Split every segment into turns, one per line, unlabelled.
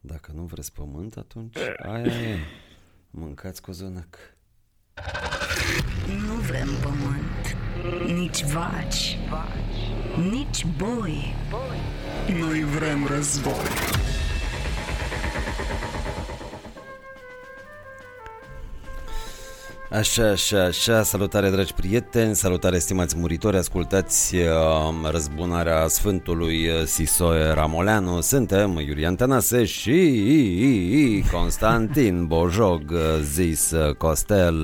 Dacă nu vreți pământ, atunci aia e. Mâncați cozonac.
Nu vrem pământ, nici vaci, nici boi.
Noi vrem război.
Așa, așa, așa, salutare dragi prieteni, salutare stimați muritori, ascultați uh, răzbunarea Sfântului uh, Sisoe Ramoleanu, suntem Iulian Tănase și Constantin Bojog, uh, zis uh, Costel,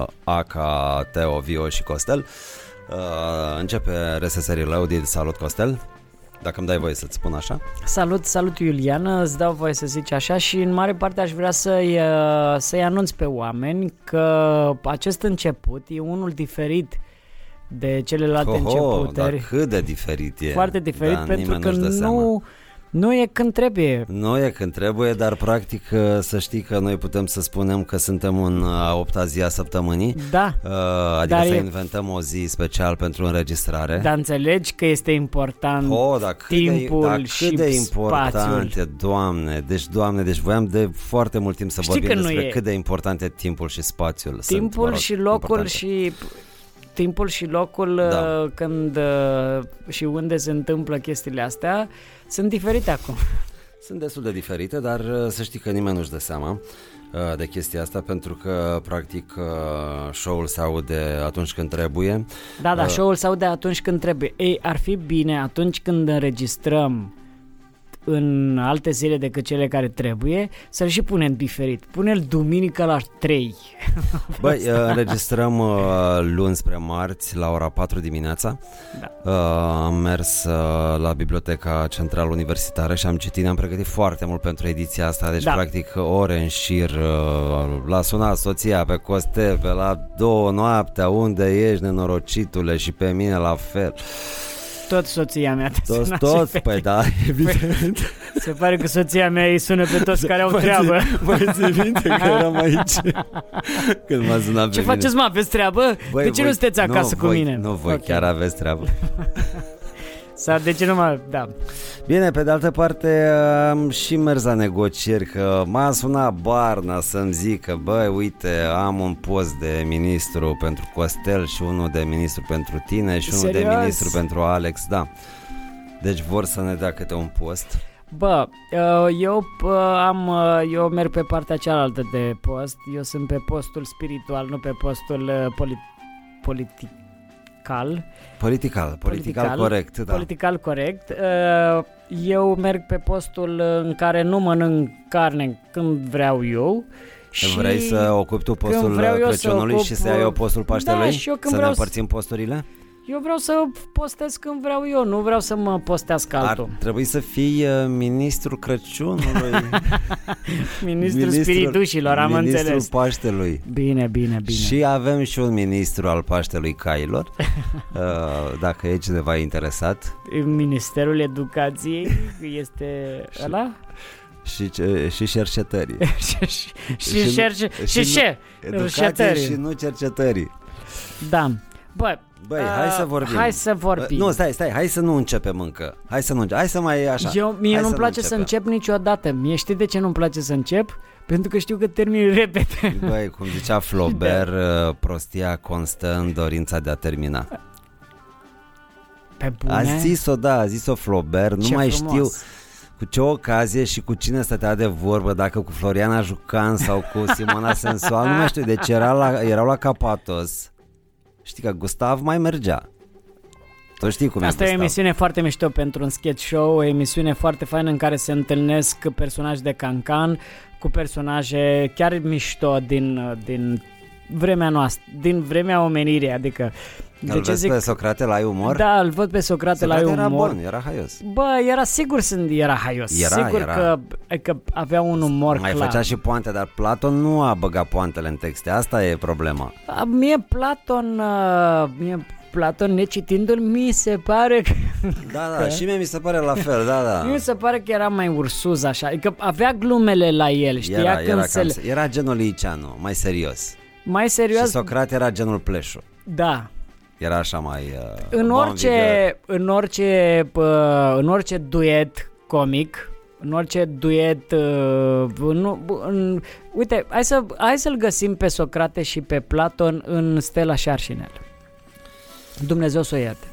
uh, Aca, Teo, Vio și Costel. Uh, începe RSS Reloaded, salut Costel, dacă îmi dai voie să-ți spun așa.
Salut, salut Iulian, îți dau voie să zici așa și în mare parte aș vrea să-i, uh, să-i anunț pe oameni că acest început e unul diferit de celelalte
dar
începuteri.
cât de diferit e.
Foarte diferit
da,
pentru
nimeni
că
nu-și dă seama.
nu, nu e când trebuie.
Nu e când trebuie, dar practic uh, să știi că noi putem să spunem că suntem în uh, a opta zi a săptămânii.
Da,
Uh, Adică
Dar
să
e-
inventăm o zi special pentru înregistrare.
dar înțelegi că este important.
Oh, dar cât
timpul
de, dar cât
și
de important
spațiul.
e, doamne, deci, doamne, deci voiam de foarte mult timp să
Știi
vorbim
că nu
despre
e.
cât de important e timpul și spațiul. Sunt,
timpul
mă rog,
și locul
importante.
și timpul și locul
Da.
uh, când uh, și unde se întâmplă chestiile astea sunt diferite acum.
Sunt destul de diferite, dar uh, să știi că nimeni nu-și dă seama uh, de chestia asta pentru că practic uh, show-ul se aude atunci când trebuie
Da,
Uh.
da, show-ul se aude atunci când trebuie. Ei, ar fi bine atunci când înregistrăm în alte zile decât cele care trebuie, să-l și punem diferit. Pune-l duminică la 3.
Băi, uh, înregistrăm uh, luni spre marți la ora 4 dimineața. Da. Am mers uh, la Biblioteca Centrală Universitară și am citit, am pregătit foarte mult pentru ediția asta, deci
Da.
practic ore în șir, uh, l-a sunat soția pe Coste, pe la două noaptea, unde ești nenorocitule și pe mine la fel.
Tot soția mea te
Toți,
sună
toți,
și pe-
păi da, evident.
Se pare că soția mea îi sună pe toți care au
Mai ții-
treabă. Da.
Mai ții minte că eram aici când m-a sunat pe
Ce
mine.
faceți, mă? Aveți treabă?
Voi-
de ce nu
voi-
sunteți acasă
nu,
cu
voi,
mine?
Nu, voi
Ok.
chiar aveți treabă.
Sau de ce nu mă... Da.
Bine, pe de altă parte am și mers la negocieri că m-a sunat Barna să-mi zică băi, uite, am un post de ministru pentru Costel și unul de ministru pentru tine și unul de
Serios?
ministru pentru Alex, da. Deci vor să ne dea câte un post.
Bă, uh, eu uh, am, uh, eu merg pe partea cealaltă de post. Eu sunt pe postul spiritual, nu pe postul uh, poli- political.
Political, political,
Political,
corect, da.
Political corect. Uh, eu merg pe postul uh, în care nu mănânc carne când vreau eu. Și
Vrei să ocupi tu
când
postul
vreau eu să
Crăciunului și
ocup-
să ai eu postul
Da,
Paștelui?
și eu când
să ne
vreau să-
împărțim posturile?
Eu vreau să postez când vreau eu, nu vreau să mă postească altul.
Ar trebui să fii uh, ministrul Crăciunului.
Ministrul, spiritușilor, am
ministrul
înțeles.
Paștelui.
Bine, bine, bine.
Și avem și un ministru al Paștelui Cailor, uh, dacă e cineva interesat.
Ministerul Educației este ăla?
Și, ce- și cercetării.
și și,
nu-
și, șerce-
și
și, și,
Educație
cercetării.
și nu cercetării.
Da. Bă,
Băi,
uh,
hai să vorbim.
Hai să vorbim.
Uh, Nu, stai, stai, hai să nu începem încă. Hai să nu înce- Hai să mai așa.
Eu, mie
Hai
nu-mi place să
începem.
încep niciodată. Mie știi de ce nu-mi place să încep? Pentru că știu că termin repede.
Băi, cum zicea Flaubert,
Da.
uh, prostia constă în dorința de a termina.
Pe bune.
A zis-o, da, a zis-o Flaubert, nu
Ce
mai
frumos.
știu cu ce ocazie și cu cine stătea de vorbă, dacă cu Floriana Jucan sau cu Simona Sensual, nu mai știu, deci era la, erau la Capatos. Știi că Gustav mai mergea. Tu știi cum
Asta
e
e o
Gustav.
emisiune foarte mișto pentru un sketch show, o emisiune foarte faină în care se întâlnesc personaje de cancan cu personaje chiar mișto din, din vremea noastră, din vremea omenirii, adică
Îl vezi pe Socrate la ai umor?
Da, îl văd pe Socrate,
Socrate
la
era
umor.
bun, era haios.
Bă, era sigur sunt era haios.
Era,
sigur
era.
Că, că avea un umor
Mai
clar.
făcea și poante, dar Platon nu a băgat poantele în texte, asta e problema.
A, Mie Platon, uh, mie Platon necitindu-l, mi se pare că...
Da, da, și mie mi se pare la fel, da, da.
Mi se pare că era mai ursuz așa, adică avea glumele la el, știa
Era,
când
era,
se...
cam, era genul Liceanu, mai serios.
Mai
Și
serios,
Socrate era genul Pleșu.
da.
Era așa mai... Uh,
În
bon
orice,
vigoare.
în orice, pă, în orice duet comic, în orice duet, uh, nu, bu- în, uite, hai, să, hai să-l găsim pe Socrate și pe Platon în Stella și Arșinel. Dumnezeu să o ierte.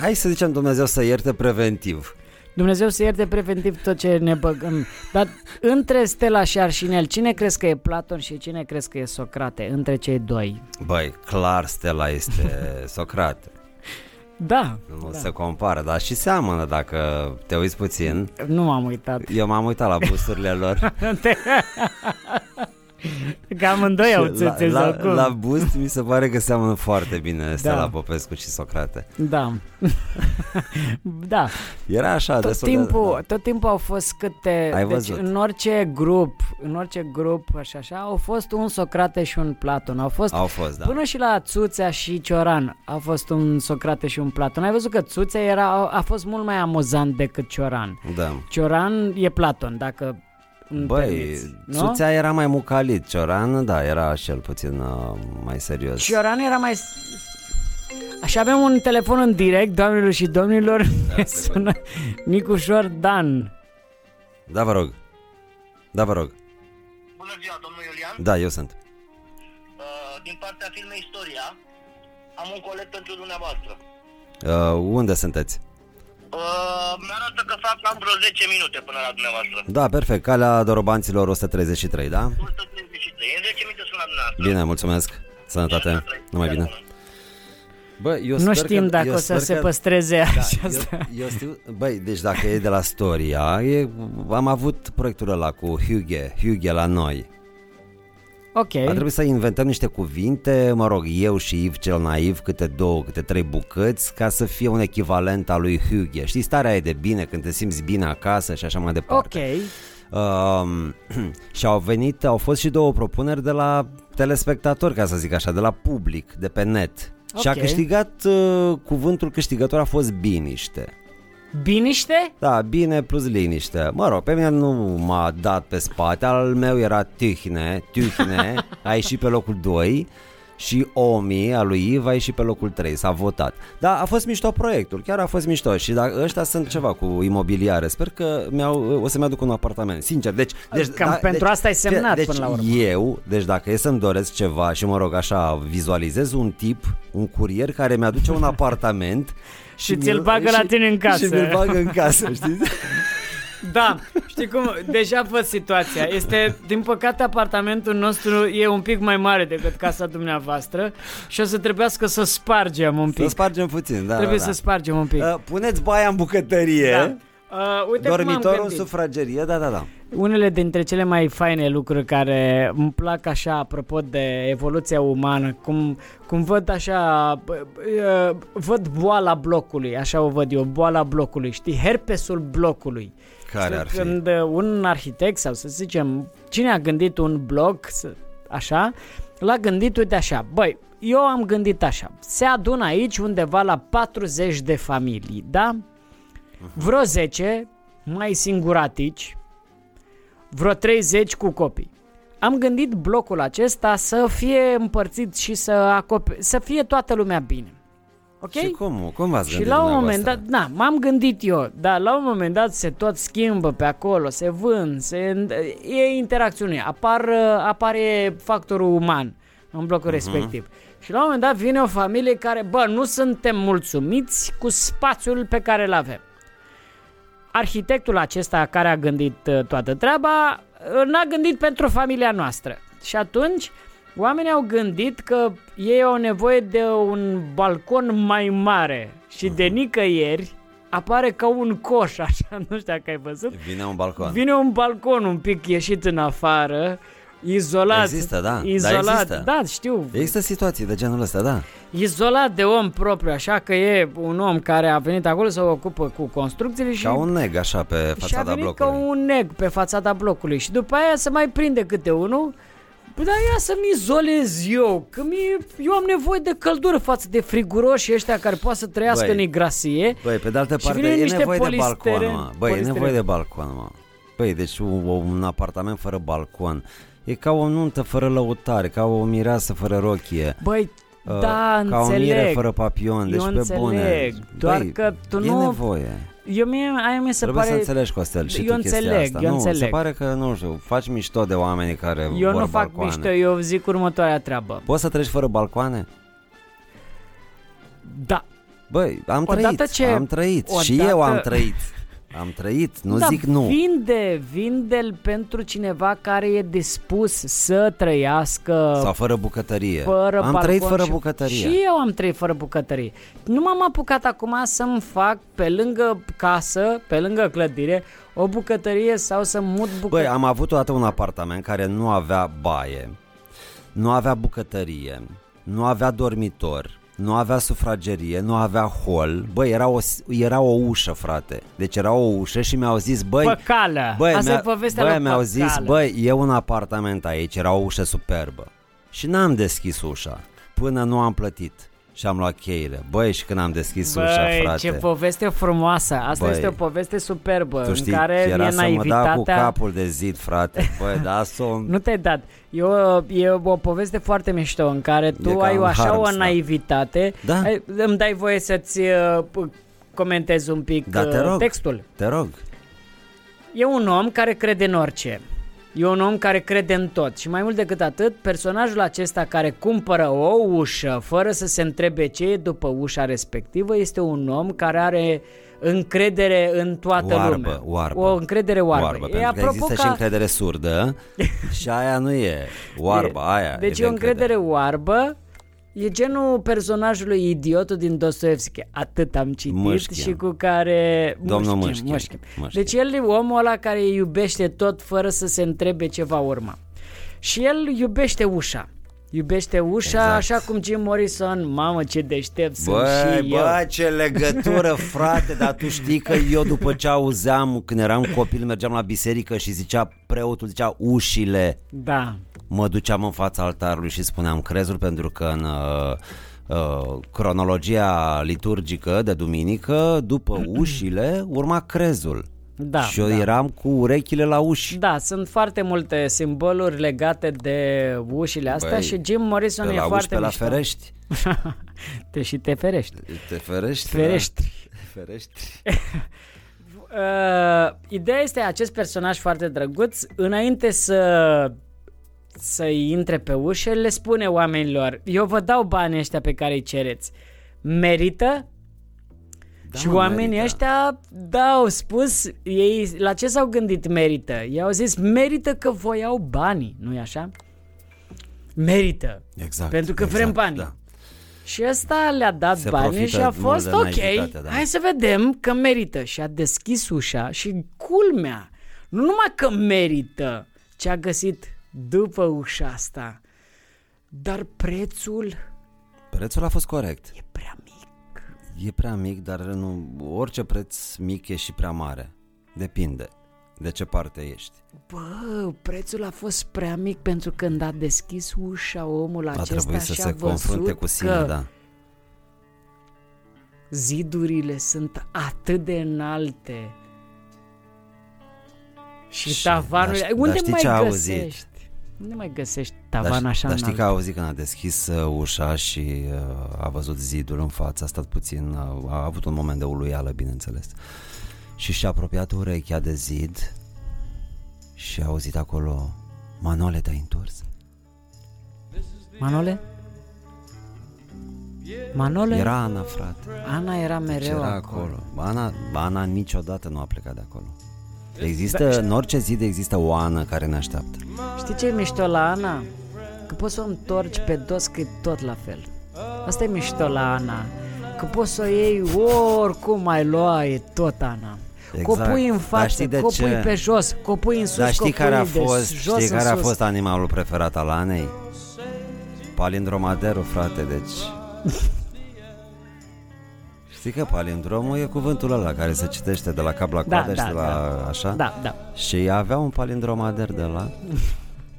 Hai să zicem Dumnezeu să ierte preventiv.
Dumnezeu să ierte preventiv tot ce ne băgăm. Dar între Stella și Arșinel, cine crezi că e Platon și cine crezi că e Socrate între cei doi?
Băi, clar Stella este Socrate.
Da,
Nu
da.
se compară, dar și seamănă dacă te uiți puțin.
nu m-am uitat.
Eu m-am uitat la busturile lor.
Că amândoi au
la,
țâțe
la,
sau cum.
la bust mi se pare că seamănă foarte bine Stella Popescu și Socrate.
Da. da.
Era așa,
Tot
destul
timpul,
de... da.
tot timpul au fost câte...
Ai
deci
văzut.
în orice grup, în orice grup așa, așa, au fost un Socrate și un Platon. Au fost...
Au fost, da.
Până și la Țuțea și Cioran a fost un Socrate și un Platon. Ai văzut că Țuțea era, a fost mult mai amuzant decât Cioran.
Da.
Cioran e Platon, dacă îmi
Băi,
permiți, nu?
Suțea era mai mucalit, Cioran, da, era cel puțin uh, mai serios.
Cioran era mai... Așa avem un telefon în direct, doamnelor și domnilor, da, sună Nicușor Dan.
Da, vă rog. Da, vă rog.
Bună ziua, domnul Iulian.
Da, eu sunt.
Uh, Din partea filmei Istoria, am un colet pentru dumneavoastră.
Uh, unde sunteți?
Uh, Mi-arată că fac cam vreo 10 minute până la dumneavoastră.
Da, perfect, calea dorobanților 133, da?
133. În 10 minute sunt la dumneavoastră.
Bine, mulțumesc. Sănătate. Numai bine. Bă, eu
Nu știm
că,
dacă
eu
o să
sper
se
că,
păstreze da, aceasta.
Eu, eu știu, băi, deci dacă e de la Storia, e, am avut proiectul ăla cu Hughe, Hughe la noi.
Ok,
A trebuit să inventăm niște cuvinte, mă rog, eu și Iv cel naiv, câte două, câte trei bucăți, ca să fie un echivalent al lui Hughe. Știi, starea e de bine când te simți bine acasă și așa mai
ok.
departe. Um, și au venit, au fost și două propuneri de la telespectatori, ca să zic așa, de la public, de pe net. Și a
Ok.
câștigat, uh, cuvântul câștigător a fost biniște.
Biniște?
Da, bine plus liniște. Mă rog, pe mine nu m-a dat pe spate, al meu era Tihne, Tihne, a ieșit pe locul 2 și Omi, a lui Iv, a ieșit pe locul 3, s-a votat. Da, a fost mișto proiectul, chiar a fost mișto și da, ăștia sunt ceva cu imobiliare, sper că mi-au, o să-mi aduc un apartament, sincer. Deci, deci
Cam
da,
pentru
deci,
asta ai semnat
deci,
până la urmă.
eu, deci dacă e să-mi doresc ceva și mă rog așa, vizualizez un tip, un curier care mi-aduce un apartament și,
Și ți-l
mi-l-
bagă la tine în casă.
Și mi-l bagă în casă, știi?
Da, știi cum, deja a fost situația. Este, din păcate, apartamentul nostru e un pic mai mare decât casa dumneavoastră și o să trebuiască să spargem un pic.
Să spargem puțin, da.
Trebuie
da,
să
da.
spargem un pic.
Uh, puneți baia în bucătărie,
Da. Uh, uite cum am
dormitorul în
gândit.
sufragerie, da, da, da.
Unele dintre cele mai faine lucruri care îmi plac așa apropo de evoluția umană, cum, cum văd așa, bă, bă, văd boala blocului, așa o văd eu, boala blocului, știi, herpesul blocului.
Care ar fi?
Când uh, un arhitect sau să zicem, cine a gândit un bloc, să- așa, l-a gândit, uite așa, băi, eu am gândit așa, se adună aici undeva la 40 de familii, da?
Mhm.
Vreo 10 mai singuratici, vreo 30 cu copii. Am gândit blocul acesta să fie împărțit și să, acope- să fie toată lumea bine. Ok?
Și cum, cum v-ați
Și
gândit
la un moment dat,
dumneavoastră?
na, m-am gândit eu, dar la un moment dat se tot schimbă pe acolo, se vând, se, e interacțiune, apar, uh, apare factorul uman în
Mhm.
blocul respectiv. Și la un moment dat vine o familie care, bă, nu suntem mulțumiți cu spațiul pe care îl avem. Arhitectul acesta care a gândit uh, toată treaba uh, n-a gândit pentru familia noastră. Și atunci oamenii au gândit că ei au nevoie de un balcon mai mare și
Mhm.
de nicăieri apare ca un coș, așa, nu știu dacă ai văzut.
Vine un balcon.
Vine un balcon un pic ieșit în afară, izolat.
Există, da, dar
Izolat,
există.
da, știu.
Există situații de genul ăsta, da.
Izolat de om propriu, așa că e un om care a venit acolo să ocupă cu construcțiile și
Ca un neg așa pe
și a
fațada
venit
blocului.
ca un neg pe fațada blocului și după aia să mai prinde câte unul Bă, dar ia să-mi izolez eu, că mi, eu am nevoie de căldură față de friguroșii ăștia care poate să trăiască
Băi,
în igrasie.
Băi, pe de altă
Și
parte,
vine
e
niște
nevoie
polistere-
de balcon, mă. Băi, e
polistere-
nevoie de balcon, mă. Băi, deci un, un apartament fără balcon e ca o nuntă fără lăutare, ca o mireasă fără rochie.
Băi,
Uh,
da,
ca o
înțeleg.
mire fără papion, deci
Eu
pe bune.
înțeleg, doar
Băi,
că tu
e
nu-
nevoie.
Eu mie, aia mi se
Trebuie
pare...
să înțelegi, Costel, și
eu
tu chestia
înțeleg,
asta.
eu
nu, se
înțeleg.
pare că, nu știu, faci mișto de oamenii care
eu
vor
nu fac
balcoane.
mișto, eu zic următoarea treabă.
Poți să treci fără balcoane?
Da,
Băi, am
Odată
trăit,
ce-
am trăit și
odată-
eu am trăit. Am trăit, nu
da,
zic nu.
vinde, vinde-l pentru cineva care e dispus să trăiască
Sau fără bucătărie.
fără
am
balcon
trăit fără
și,
bucătărie.
Și eu am trăit fără bucătărie. Nu m-am apucat acum să-mi fac pe lângă casă, pe lângă clădire, o bucătărie sau să mut
Băi,
bucătărie.
am avut o dată un apartament care nu avea baie, nu avea bucătărie, nu avea dormitor, nu avea sufragerie, nu avea hol. Băi, era o, s- era o ușă, frate. Deci era o ușă și mi-au zis, băi...
Păcală.
Băi,
Asta
mi-a-
e povestea
băi,
lui
mi-au
Păcală.
zis, băi, e un apartament aici, era o ușă superbă. Și n-am deschis ușa până nu am plătit. Și am luat cheile. Băi, și când am deschis ușa,
Băi,
frate.
ce poveste frumoasă! Asta
Băi.
este o poveste superbă
tu știi,
în care
era
e
să mă da cu
naivitatea...
capul de zid, frate. Băi, da, sunt...
Nu te-ai dat. E o, e o poveste foarte mișto în care
E
tu
ca
ai
în
o așa
harem,
o
da.
naivitate.
Da.
Ai, îmi dai voie să-ți uh, p- comentezi un pic
Da, te
uh,
rog.
textul.
Te rog.
E un om care crede în orice. E un om care crede în tot și mai mult decât atât, personajul acesta care cumpără o ușă fără să se întrebe ce e după ușa respectivă este un om care are încredere în toată
oarbă,
lumea.
Oarbă,
O încredere oarbă.
oarbă
E
pentru că
apropo
există
ca-
și încredere surdă și aia nu e. Oarbă, aia
Deci
e
e o
de
încredere oarbă. E genul personajului idiotul din Dostoevski. Atât am citit
Mușchi,
și
am.
cu care...
Domnul
Mușchi,
Mușchi,
Mușchi.
Mușchi.
Deci el e omul ăla care iubește tot fără să se întrebe ce va urma. Și el iubește ușa. Iubește ușa
Exact.
așa cum Jim Morrison, mamă ce deștept sunt
Băi,
și
bă,
eu.
ce legătură, frate, dar tu știi că eu după ce auzeam, când eram copil, mergeam la biserică și zicea preotul, zicea ușile,
Da.
mă duceam în fața altarului și spuneam crezul pentru că în uh, uh, cronologia liturgică de duminică, după ușile, urma crezul.
Da,
și eu
da.
eram cu urechile la uși.
Da, sunt foarte multe simboluri legate de ușile astea
Băi,
și Jim Morrison
Pe
e
la uși,
foarte
pe la
mișto.
ferești.
te și te ferești.
Te ferești?
Ferești.
Da. Ferești.
Uh, ideea este acest personaj foarte drăguț, înainte să să intre pe ușă, le spune oamenilor, eu vă dau banii ăștia pe care îi cereți. Merită? Da, și
mă,
oamenii
merită.
ăștia, da, au spus, ei la ce s-au gândit merită? Ei au zis, merită că voiau banii, nu-i așa? Merită.
Exact.
Pentru că
exact,
vrem banii.
Da.
Și ăsta le-a dat
Se
banii
profită
și a
mult
fost
de
ok,
naivitate, da.
hai să vedem că merită. Și a deschis ușa și culmea, nu numai că merită ce a găsit după ușa asta, dar prețul
Prețul a fost corect.
e prea mic.
E prea mic, dar nu, orice preț mic e și prea mare. Depinde de ce parte ești.
Bă, prețul a fost prea mic pentru când a deschis ușa omul
Va
acesta
trebui să
și a
se
văzut
confrunte cu sine,
că
da.
zidurile sunt atât de înalte și,
Și-
tavanul...
dar ș-
unde
dar știi
mai
ce a auzit?
găsești? Unde mai găsești
Dar,
tavan
ș-
așa
dar știi că
înalt?
a auzit când a deschis uh, ușa și uh, a văzut zidul în față, a stat puțin, uh, a avut un moment de uluială, bineînțeles. Și și-a apropiat urechea de zid și a auzit acolo, Manole te-ai întors.
Manole? Manole?
Era Ana, frate.
Ana era mereu
Deci era
acolo.
acolo. Ana, Ana niciodată nu a plecat de acolo.
Deci, da,
Există, în orice zid există o Ana care ne așteaptă.
Știi ce e mișto la Ana? Că poți să o întorci pe dos că e tot la fel. Asta e mișto la Ana. Că poți să o iei oricum ai lua, e tot Ana.
Exact.
Exact. Copui în
Dar
față,
știi de
copui
ce?
pe jos, copui în sus,
Dar știi
copui
care a
de
fost,
jos
știi
în
care a
sus.
fost animalul preferat al Anei? Palindromaderul, frate, deci... știi că palindromul e cuvântul ăla care se citește de la cap la
Da,
coadă
da,
și de la
da.
așa?
Da, da.
Și avea un palindromader de la...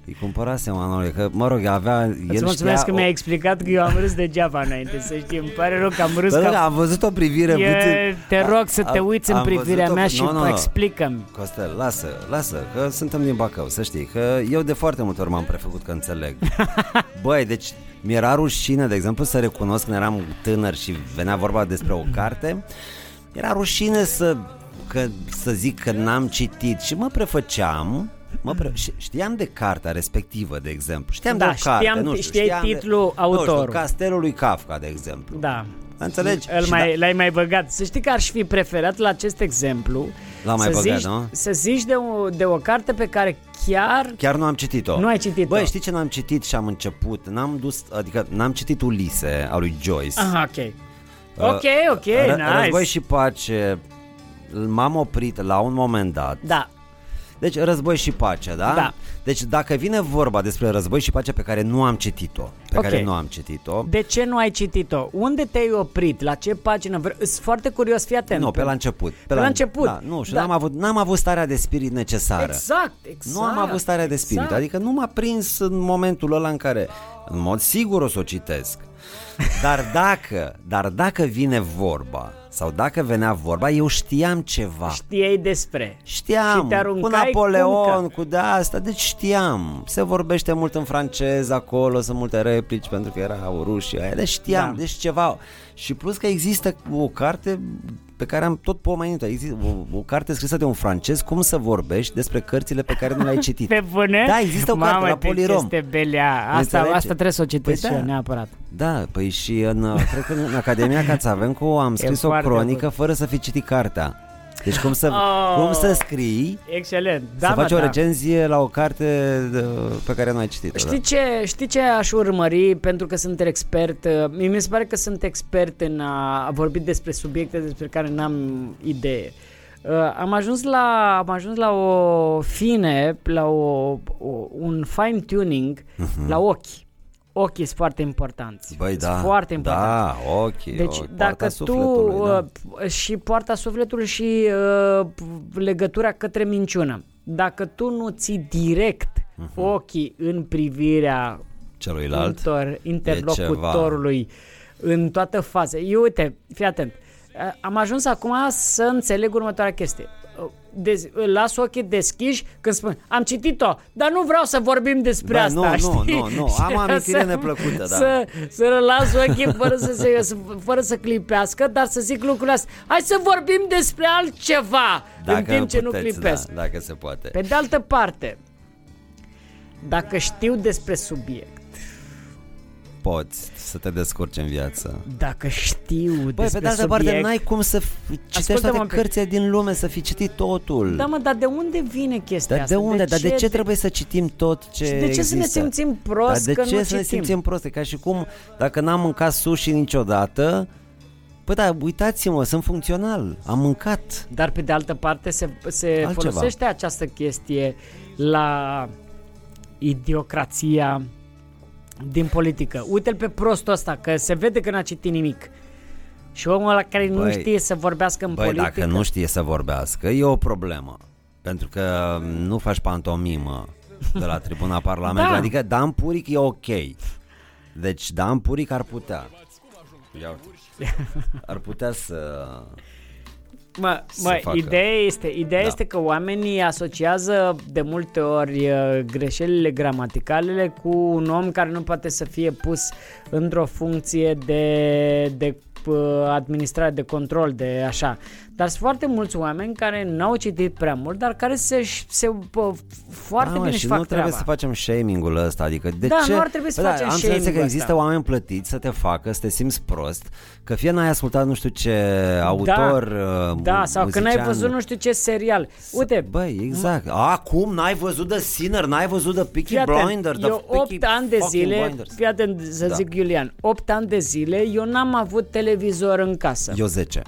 Îi cumpărase Manole, că mă rog, avea...
Îți
el
mulțumesc
știa
că mi-ai explicat că eu am râs degeaba înainte, să știi. Îmi pare rău că am râs
Bă,
că
da, am văzut o privire
E,
puțin...
te rog să
A-
te uiți în
am
privirea
văzut-o-
mea și
Nu, nu, nu.
explică-mi.
Costel, lasă, lasă, că suntem din Bacău, să știi, că eu de foarte multe ori m-am prefăcut că înțeleg. Băi, deci mi-era rușine, de exemplu, să recunosc când eram tânăr și venea vorba despre o carte, era rușine să că să zic că n-am citit și mă prefăceam Mă pre... și Știam de cartea respectivă, de exemplu. Știam
Da,
de o carte,
știam-
nu știu,
știai
știam
titlul
de, Nu
autorul.
știu, Castelul lui Kafka, de exemplu.
Da.
Înțelegi?
Îl
Și
mai,
da-
L-ai mai băgat. Să știi că aș fi preferat la acest exemplu
L-am mai
să,
băgat, da?
zici,
nu?
să zici de o, de o carte pe care chiar...
Chiar nu am citit-o.
Nu ai citit-o.
Băi, știi ce n-am citit și am început? N-am dus, adică n-am citit Ulise a lui Joyce.
Aha, ok. Ok, ok,
Ră-
nice.
Uh, Război și pace m-am oprit la un moment dat.
Da,
Deci război și pace, da?
Da.
Deci dacă vine vorba despre război și pace pe care nu am citit-o, pe
Ok.
care nu am citit-o,
De ce nu ai citit-o? Unde te-ai oprit? La ce pagină? Vre- Sunt foarte curios, fii atent.
nu, pe la început.
Pe la început.
Da, nu, și
Da.
n-am, avut, n-am avut starea de spirit necesară.
Exact, exact.
Nu am avut starea de spirit,
exact.
adică nu m-a prins în momentul ăla în care, în mod sigur o să o citesc. Dar dacă, dar dacă vine vorba, sau dacă venea vorba, eu știam ceva.
Știai despre.
Știam,
Și te aruncai
cu Napoleon,
cuncă.
cu de asta, deci știam. Se vorbește mult în francez acolo, sunt multe replici pentru că era o rușie aia, deci știam,
Da.
da. deci ceva. Și plus că există o carte pe care am tot pomenit-o, există o, o carte scrisă de un francez, cum să vorbești despre cărțile pe care nu le-ai citit.
Pe bune?
Da, există o carte
Mamă,
la
deci
Polirom.
este belea. Asta,
Înțelege?
asta trebuie să o citesc
Păi
și eu,
da.
neapărat.
Da, păi și în, uh, cred că în Academia Cațavencu am scris o
foarte
cronică
bun.
fără să fi citit cartea. Deci cum să,
Oh.
cum să scrii,
Excelent.
da,
Da,
să
mă,
faci o
da.
recenzie la o carte uh, pe care nu ai citit-o.
Știi ce, știi ce aș urmări pentru că sunt expert? uh, Mie mi se pare că sunt expert în a vorbi despre subiecte despre care n-am idee. Uh, am ajuns la, am ajuns la o fine, la o, o, un fine tuning uh-huh. la ochi. Ochii sunt foarte importanți.
da. Mhm. Băi,
Sunt
da.
foarte importanți.
Da, ok.
Deci
o, poarta
dacă tu
sufletului, da.
uh, și poarta sufletului și uh, p- legătura către minciună, dacă tu nu ții direct
Mhm.
ochii în privirea
celuilalt.
inter- interlocutorului în toată faza. Eu uite, fii atent. Uh, Am ajuns acum să înțeleg următoarea chestie. Uh, Dez- las ochii deschiși când spun am citit-o, dar nu vreau să vorbim despre
Ba,
asta,
Da, nu, nu,
știi?
nu, nu. Am
Și
amintire
să-
neplăcută, da.
Să, să relas ochii fără să, se, să- fără să clipească, dar să zic lucrurile astea. Hai să vorbim despre altceva
Dacă
în timp ce nu
puteți,
clipesc.
Da, dacă se poate.
Pe de altă parte, dacă știu despre subiect,
Poți să te descurci în viață.
dacă știu
Băi,
despre
pe de altă
subiect...
parte, n-ai cum să f- citești
Ascultă-mă
toate
un pic.
cărțile din lume, să fi citit totul.
Da, mă, dar de unde vine chestia
Dar de
asta?
unde? Dar de ce
te-
trebuie să citim tot ce
Și de ce să ne
există?
simțim prost
Dar de
că
ce
nu
să ne
citim?
simțim prost? E ca și cum dacă n-am mâncat sushi niciodată, Păi da, uitați-mă, sunt funcțional, am mâncat.
Dar pe de altă parte se, se
Altceva.
folosește această chestie la idiocrația din politică. Uite-l pe prostul ăsta, că se vede că n-a citit nimic. Și omul ăla care nu
Băi,
știe să vorbească în
Băi,
politică.
dacă nu știe să vorbească, e o problemă. Pentru că mm, nu faci pantomimă de la tribuna Parlamentului.
Da.
Adică Dan Puric e ok. Deci Dan Puric ar putea. Ia uite. Ar putea să...
Mă,
să
mă
facă.
ideea, este, ideea
Da.
da. este că oamenii asociază de multe ori uh, greșelile gramaticalele cu un om care nu poate să fie pus într-o funcție de, de uh, administrare, de control, de așa. Dar sunt foarte mulți oameni care n-au citit prea mult, dar care se, se pă, foarte
da, mă,
bine
și
își
nu
fac
trebuie
treaba.
să facem shaming-ul ăsta, adică de
Da,
ce?
nu ar trebui să
Bă,
facem
da, am înțeles că
shaming-ul
există
ăsta.
oameni plătiți să te facă, să te simți prost, că fie n-ai ascultat nu știu ce autor,
da,
uh,
da, sau că n-ai
muzician.
văzut nu știu ce serial. Uite,
Băi, exact. Acum n-ai văzut de Sinner, n-ai văzut de Peaky
Fii atent,
Blinder, de
eu 8 ani de zile,
Blinders.
fii atent să
Da.
da. zic Iulian, 8 ani de zile eu n-am avut televizor în casă. Eu...
Eu 10.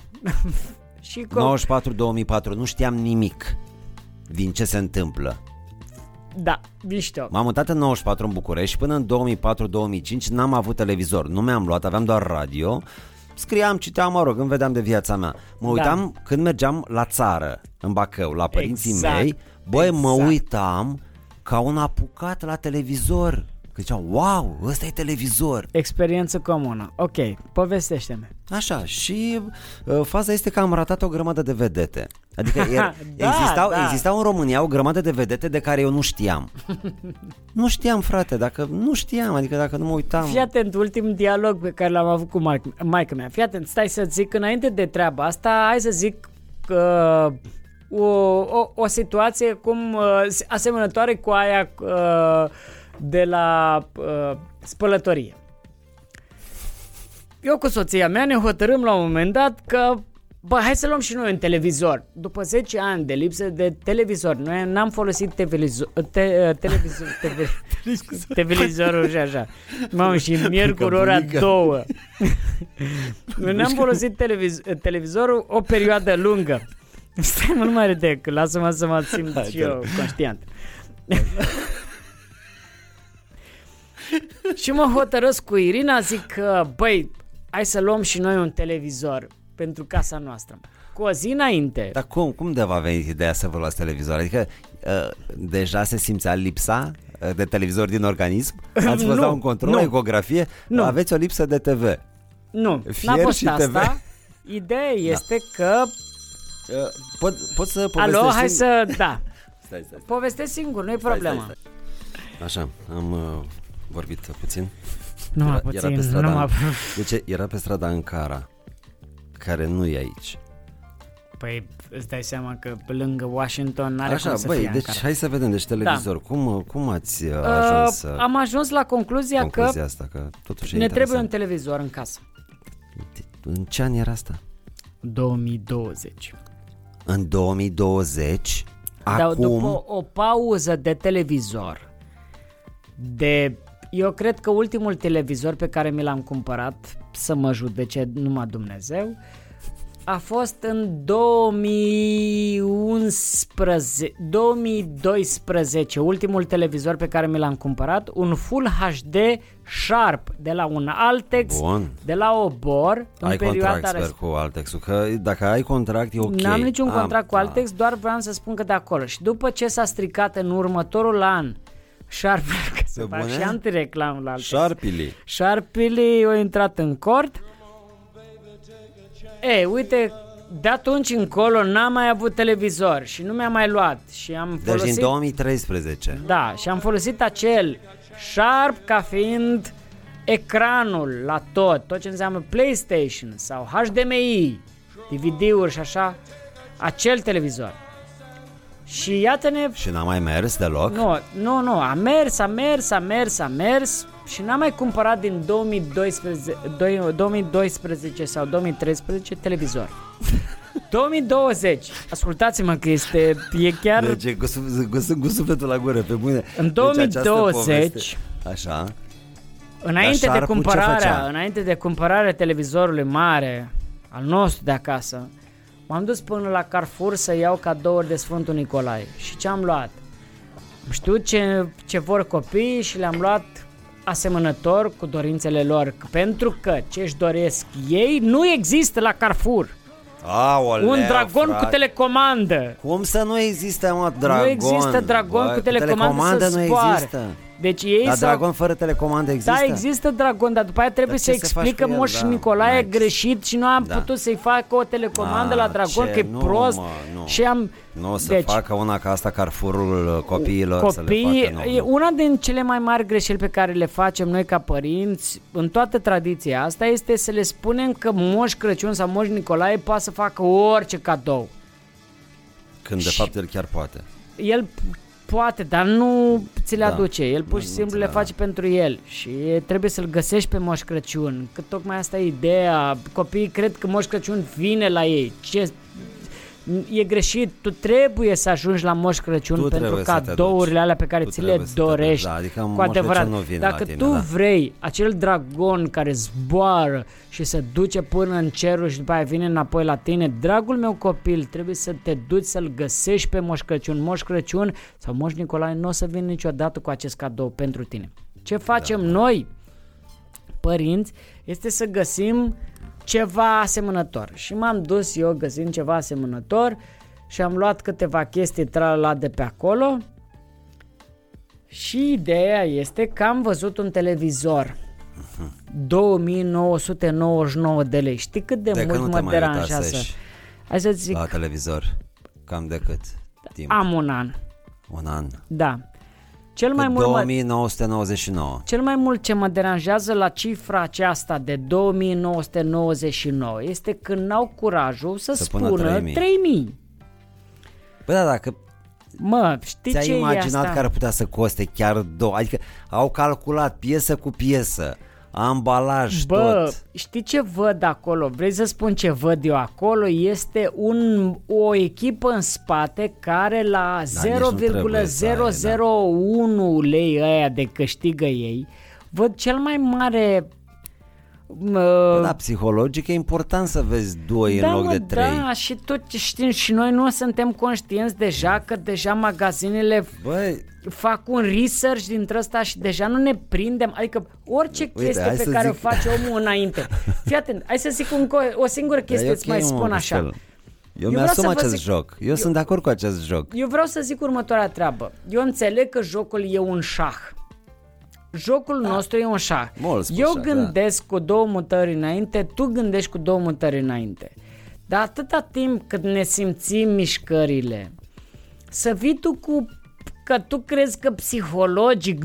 Și că,
94 2004, nu știam nimic din ce se întâmplă.
da, mișto.
M-am mutat în 94 în București și până în 2004-2005 n-am avut televizor. Nu mi-am luat, aveam doar radio. Scriam, citeam, mă rog, îmi vedeam de viața mea. Mă uitam da. când mergeam la țară, în Bacău, la părinții
Exact.
mei. Băi, mă
Exact.
uitam ca un apucat la televizor. Că ziceam, wow, ăsta e televizor.
Experiență comună. Ok, povestește-mi.
Așa, și uh, faza este că am ratat o grămadă de vedete. Adică er,
Da,
existau,
da.
existau în România o grămadă de vedete de care eu nu știam. nu știam, frate, dacă nu știam, adică dacă nu mă uitam.
Fii atent, ultim dialog pe care l-am avut cu maica mea. Fii atent, stai să zic, înainte de treaba asta, hai să zic uh, o, o, o situație cum uh, asemănătoare cu aia uh, de la uh, spălătorie. Eu cu soția mea ne hotărâm la un moment dat că Bă, hai să luăm și noi un televizor. După 10 ani de lipsă de televizor, noi n-am folosit televizor, te, uh, televizor, teve, televizorul și așa. Mamă, și miercuri ora
bunica.
2. Noi n-am folosit televiz- televizorul o perioadă lungă. Stai mă, nu mai râde, că lasă-mă să mă simt
Hai,
și
te rog.
eu conștient. și mă hotărăsc cu Irina, zic că, băi, hai să luăm și noi un televizor pentru casa noastră. Cu o zi înainte.
Dar cum, cum de va venit ideea să vă luați televizor? Adică uh, deja se simțea lipsa uh, de televizor din organism? Ați fost
Nu,
la un control,
nu.
la ecografie?
Nu.
Aveți o lipsă de TV. Uh,
Nu, n-a
Fier
fost
și Da. TV.
asta. Ideea este că...
pot, pot să povestesc?
Alo, hai
singur?
să... Da.
Stai, stai,
Povestesc singur, nu-i
stai,
problema.
stai, stai. Așa, am uh, vorbit puțin.
Nu mai
Era- era pe
puțin,
strada
nu mai...
Deci era pe strada Ankara, care nu e aici.
Păi îți dai seama că pe lângă Washington n-are
Așa,
cum să
băi,
fie
deci hai să vedem, deci televizor, cum, cum ați uh,
Ankara.
ajuns uh,
am ajuns la concluzia,
concluzia
că
asta? Că totuși e
ne trebuie un
interesant.
televizor în casă.
În ce an era asta?
2020.
În 2020?
Dar
Acum?
după o pauză de televizor, de eu cred că ultimul televizor pe care mi l-am cumpărat, să mă judece numai Dumnezeu, a fost în 2011, 2012, ultimul televizor pe care mi l-am cumpărat, un Full HD Sharp de la un Altex,
Bun.
de la Obor, în
ai
perioada
contract, sper, cu Altexul, că dacă ai contract e ok.
N-am niciun
Am- da.
contract cu
a,
Altex, doar vreau să spun că de acolo. Și după ce s-a stricat în următorul an, Sharp, că să fac
bune?
și antireclamă la Altex.
Șarpili. Deci,
Sharpili a intrat în cort. E, uite, de atunci încolo n-am mai avut televizor și nu mi-am mai luat și am
Deci
folosit...
din 2013.
Da, și am folosit acel Sharp ca fiind ecranul la tot, tot ce înseamnă PlayStation sau HDMI, DVD-uri și așa, acel televizor. Și iată-ne...
Și n-a mai mers deloc?
Nu, nu, nu, a mers, a mers, a mers, a mers și n-am mai cumpărat din 2012, doi- 2012 sau 2013 televizor. 2020. Ascultați-mă că este, e chiar...
Merge cu, suf- cu, suf- cu sufletul la gură, pe bune.
În
această
2020
poveste- Așa.
Înainte
Dar
de
șarpul ce
cumpărarea,
făcea?
înainte de cumpărarea televizorului mare al nostru de acasă, m-am dus până la Carrefour să iau cadouri de Sfântul Nicolae. Și ce am luat? Știu ce, ce vor copiii și le-am luat asemănător cu dorințele lor, pentru că ce își doresc ei nu există la Carrefour.
Aoleu,
Un dragon
frate.
cu telecomandă.
Cum să nu existe, mă, dragon?
nu există dragon
Bă,
cu telecomandă, să
nu
zboare.
există.
Deci ei
Dar
s-au-
dragon fără telecomandă există?
da, există dragon, dar după aia trebuie
Dar
să
ce să faci
explic că
cu el,
Moș
da,
Nicolae a
n-ai ce-
greșit și nu am
Da.
putut să-i fac o telecomandă
Ah,
la dragon,
ce?
că e
Nu,
prost.
mă, nu.
Și am...
Nu o să
deci,
deci, facă una ca asta carfurul uh, copiilor
copiii,
să le facă
e
nouă.
una din cele mai mari greșeli pe care le facem noi ca părinți în toată tradiția asta este să le spunem că Moș Crăciun sau Moș Nicolae poate să facă orice cadou.
Când de fapt el chiar poate.
el p- poate, dar nu ți le
Da.
aduce. El
Nu-
pur și
nu
simplu
ți
le
le da.
face pentru el și trebuie să-l găsești pe Moș Crăciun. Că tocmai asta e ideea. Copiii cred că Moș Crăciun vine la ei. Ce E greșit, tu trebuie să ajungi la Moș Crăciun
Tu
pentru
trebuie să te
cadourile
duci.
alea pe care
Tu
ți le
trebuie să te duci,
dorești.
da, adică Moș
cu adevărat.
Crăciun nu vine la
Dacă
tine,
tu
da.
vrei acel dragon care zboară și se duce până în cerul și după aia vine înapoi la tine, dragul meu copil, trebuie să te duci să-l găsești pe Moș Crăciun. Moș Crăciun sau Moș Nicolae nu o să vină niciodată cu acest cadou pentru tine. Ce facem
Da.
noi, părinți, este să găsim ceva asemănător. Și m-am dus eu găsind ceva asemănător și am luat câteva chestii trala de pe acolo și ideea este că am văzut un televizor
Mhm.
2999 de lei. Știi cât de,
De că nu
mult
te
mă
mai
deranja
uitaseși
să... Hai să zic,
la televizor. Cam de cât timp?
am un an.
Un an.
Da. Cel mai, mult mă,
2999.
cel mai mult ce mă deranjează la cifra aceasta de 2999 este că n-au curajul să,
Să pună
spună
3000.
3000.
Băi da, dacă
Mă, știi
ți-ai
ce e
imaginat
asta?
că ar putea să coste chiar două, adică au calculat piesă cu piesă, ambalaj,
Bă,
tot.
știi ce văd acolo? Vrei să spun ce văd eu acolo? Este un, o echipă în spate care la
Da, nici nu trebuie să ai, da.
0,001 lei aia de câștigă ei, văd cel mai mare... mă,
Da, psihologic e important să vezi doi
da,
în loc
mă,
de trei.
Da, și tot știm, și noi nu suntem conștienți deja că deja magazinele
Băi,
fac un research dintre ăsta și deja nu ne prindem, adică orice
Uite,
chestie
hai
pe
să
care
zic-
o face omul înainte. Fii atent, hai să zic un co- o singură chestie,
dar e
îți
ok,
mai
mă,
spun așa.
Costel. Eu,
vreau
mi-asum
să vă
acest
zic-
joc. Eu, sunt de acord cu acest joc.
Eu vreau să zic următoarea treabă. Eu înțeleg că jocul e un șah. Jocul da. nostru e un șah.
Mult spus
Eu
șah, da.
gândesc cu două mutări înainte, tu gândești cu două mutări înainte. Dar atâta timp cât ne simțim mișcările, să vii tu cu că tu crezi că psihologic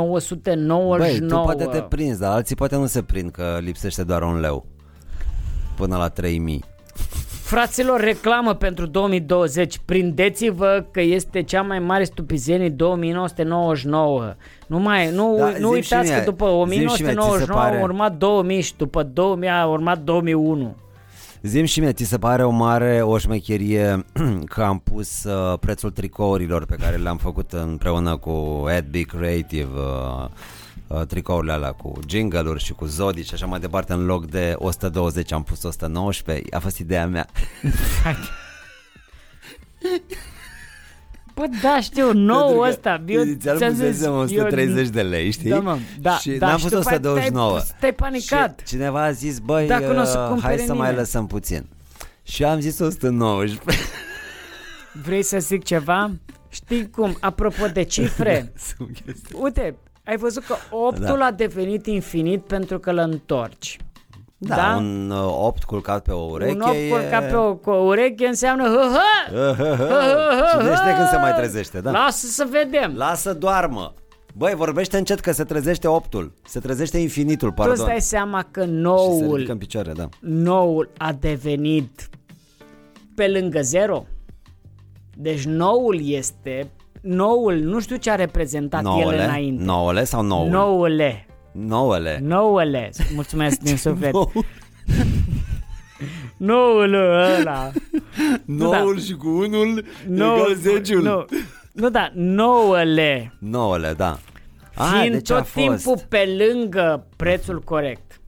2999
Băi, tu poate te prinzi, dar alții poate nu se prind că lipsește doar un leu. Până la 3000.
Fraților, reclamă pentru 2020. Prindeți-vă că este cea mai mare stupizenie 2999. Nu mai, nu,
Da,
da,
zi-mi
nu
și
uitați
mie,
că după
zi-mi și mie, ți se
1999
pare?
a urmat 2000 și după 2000 a urmat 2001.
Zim și mie, ți se pare o mare o șmecherie că am pus uh, prețul tricourilor pe care le-am făcut împreună cu Adby Creative, uh, uh, tricourile alea cu jingle-uri și cu Zodi și așa mai departe, în loc de 120 am pus 119, a fost ideea mea.
Oh, Bă, da, știu, nou ăsta. Eu,
ți-am
ți-am
zis,
zis, eu-
130 de lei, știi?
Da, mă, da,
și
da,
n-am
și
pus
după aia
129.
te-ai- te-ai panicat. Da,
Și cineva a zis, băi,
Dacă nu o să
uh,
cumpere
hai să mai
nimeni.
lăsăm puțin. Și am zis 119.
Vrei să zic ceva? Știi cum? Apropo de cifre,
Sunt chestii.
uite, ai văzut că 8-ul
Da.
a devenit infinit pentru că îl întorci.
da, un 8 culcat pe o ureche
un ochi
e-
culcat pe o, cu o ureche înseamnă hă, hă,
Cine știe când se mai trezește, da?
Lasă să vedem.
Lasă doarmă. Băi, vorbește încet că se trezește optul. Se trezește infinitul,
tu
pardon.
îți dai seama că
și se ridică în
noul,
picioare, da.
noul a devenit pe lângă zero. Deci noul este, noul, nu știu ce a reprezentat el
Nouăle,
înainte.
nouăle sau nouă?
Nouăle.
Nouăle.
Nouăle. Mulțumesc din suflet.
Nou-
Noul ăla.
Noul
da.
și cu unul
Noul-
egal zeciul.
Nu, nu da, nouăle.
Nouăle, da.
fiind
deci a
tot
fost.
timpul pe lângă prețul corect.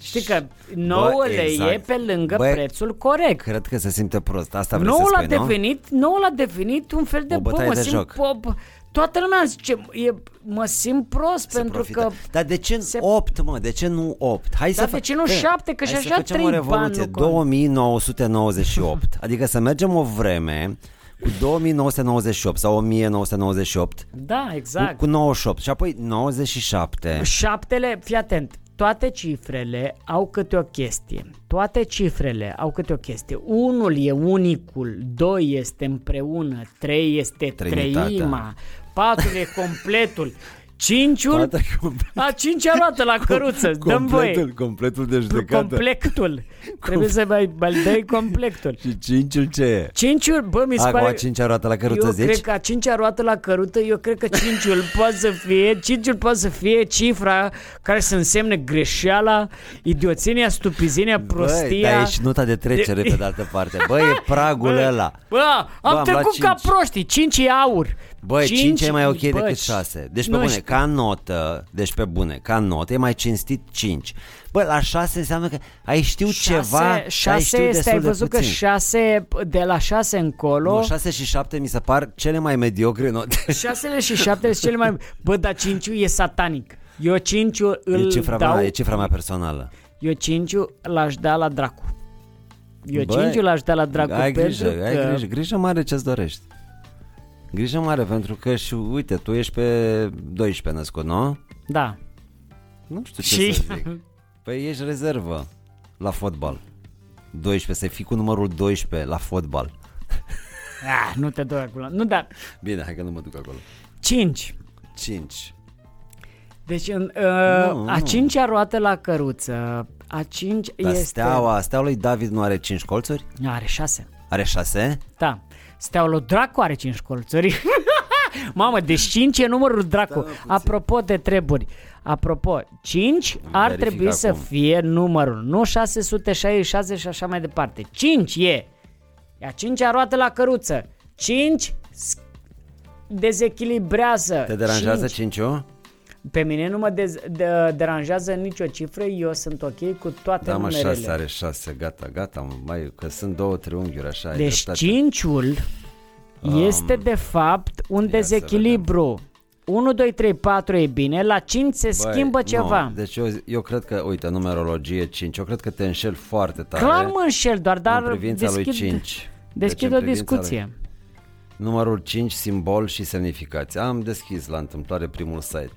Știi că 9
Bă,
lei
exact.
e pe lângă
Bă,
Bă, prețul corect.
Cred că se simte prost. Asta vrei să
Noul a
spui, nu?
devenit, noul a devenit un fel de
O bătaie
bă, mă
de
simt
joc.
pop. Toată lumea zice, e, mă simt prost
Se
pentru
profită.
că
Dar de ce
se-
8, mă? De ce nu 8? Hai să
Dar
fa-
de ce nu
Bă,
șapte? Că și
hai să
așa
facem o
trei
revoluție.
bani nu contează.
2998. adică să mergem o vreme cu 2998 sau 1998
da, exact.
cu, cu 98 și apoi 97.
Șaptele, fii atent, toate cifrele au câte o chestie. Toate cifrele au câte o chestie. Unul e unicul, doi este împreună, trei este
Trinitatea.
treima, patru e completul, cinciul,
Toate comple-
a cincea roată la căruță, dăm voie.
completul, completul de judecată.
Complectul. Trebuie să mai, mai dai complectul.
Și cinciul ce e?
Cinciul, bă, mi se
A, cu
pare...
a cincea roată la căruță,
eu
zici?
cred că a cincea roată la cărută, eu cred că cinciul poate să fie, cinciul poate să fie cifra care să însemne greșeala, idioțenia, stupizenia,
Băi,
prostia.
dar ești nota de trecere pe de altă parte. Băi, e pragul ăla.
Bă,
Bă,
am
am luat
trecut ca
cinci.
proștii, 5 e aur.
Băi, 5 e mai ok
bă,
decât
ci-
6. Deci pe
nu
bune,
știu.
ca notă, deci pe bune, ca notă e mai cinstit 5. Bă, la 6 înseamnă că ai știut ceva, dar ai
6
știut
este,
destul
ai
de
văzut că
puțin.
6, de la 6 încolo...
nu, 6 și 7 mi se par cele mai mediocre note.
6 și 7 sunt cele mai... Bă, dar 5 e satanic. Eu 5 îl
E cifra,
dau...
mea, e cifra mea personală.
Eu cinciu l-aș da la dracu. Eu
Bă,
cinciu l-aș da la dracu
ai grijă,
pentru
ai
că...
grijă, grijă mare ce-ți dorești. Grijă mare, pentru că și, uite, tu ești pe 12 născut, nu?
Da.
Nu știu ce
Și-
să zic. Păi ești rezervă la fotbal. 12, să fii cu numărul 12 la fotbal.
Ah, nu te doi acolo. Nu, dar
Bine, hai că nu mă duc acolo.
5.
5.
Deci în, uh,
Nu,
a
nu.
cincea roată la căruță, a cinci
Dar
este...
este... steaua, steaua lui David nu are 5 colțuri?
Are șase.
Are 6?
Da. Steaua lui Dracu are 5 colțuri. Mamă, deci 5 e numărul Dracu. Da, apropo de treburi. Apropo, 5 ar
verific
trebui să
acum.
fie numărul, nu 666 și așa mai departe. 5 e. Ia 5 roată la căruță. 5 dezechilibrează.
Te deranjează
Cinci.
5 -ul?
Pe mine nu mă dez- de- deranjează nicio cifră, eu sunt ok cu toate
Da, mă,
numerele.
6 are 6, gata, gata, mă, mai, că sunt două triunghiuri așa. ai
Deci
dreptate.
cinciul este de fapt un dezechilibru. 1, 2, 3, 4 e bine, la 5 se
Băi,
schimbă
nu,
ceva.
Deci eu, eu cred că, uite, numerologie 5, eu cred că te înșel foarte tare.
Clar mă înșel doar, dar
în privința
deschid,
lui 5.
deschid
Deci,
o
în privința
discuție.
lui- Numărul 5, simbol și semnificație. Am deschis la întâmplare primul site.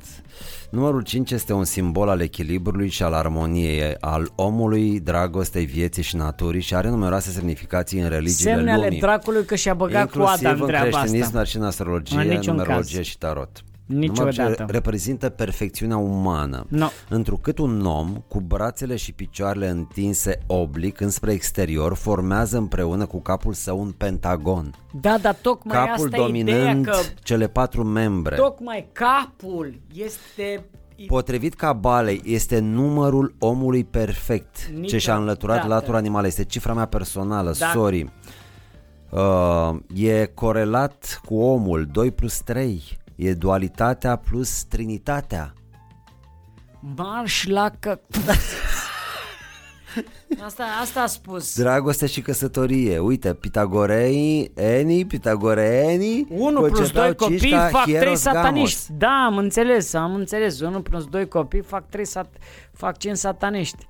Numărul 5 este un simbol al echilibrului și al armoniei, al omului, dragostei, vieții și naturii și are numeroase semnificații în religiile
Semne ale
lumii.
dracului că și-a băgat
Inclusiv
cu Adam
în
treaba
creștinism,
asta.
dar și în astrologie,
În niciun
numerologie
caz.
și tarot.
Niciodată.
Numărul ce reprezintă perfecțiunea umană,
No.
întrucât un om cu brațele și picioarele întinse oblic înspre exterior formează împreună cu capul său un pentagon.
Da, dar tocmai
capul
asta e
dominând
ideea că
cele patru membre.
tocmai capul este...
Potrivit cabalei, este numărul omului perfect ce și-a înlăturat
Niciodată.
latura animală. Este cifra mea personală,
Da.
sorry. Uh, e corelat cu omul, 2 plus 3. E dualitatea plus trinitatea.
Marș la că... asta, asta a spus.
Dragoste și căsătorie. Uite, pitagorei, eni, pitagoreenii...
1 plus
concedau
2 copii
cinci ca
fac 3
Hieros Gamos.
sataniști. Da, am înțeles, am înțeles. 1 plus 2 copii fac 3 sat fac 5 sataniști.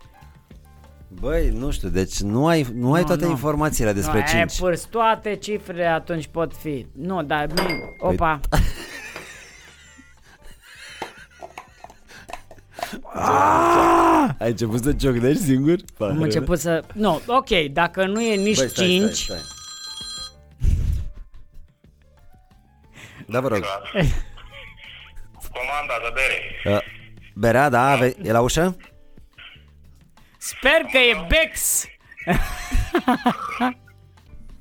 Băi, nu știu, deci nu ai, nu ai
Nu,
toate
nu.
informațiile despre
no,
5.
E purs, toate cifrele atunci pot fi. Nu, dar
Păi-
bine, opa.
Ai început să ciocnești singur?
Am început să... Nu, ok, dacă nu e nici
Băi,
5...
Da, vă rog.
Comanda de bere.
Uh, Berea, da, ave- e la ușă?
Sper că e Bex!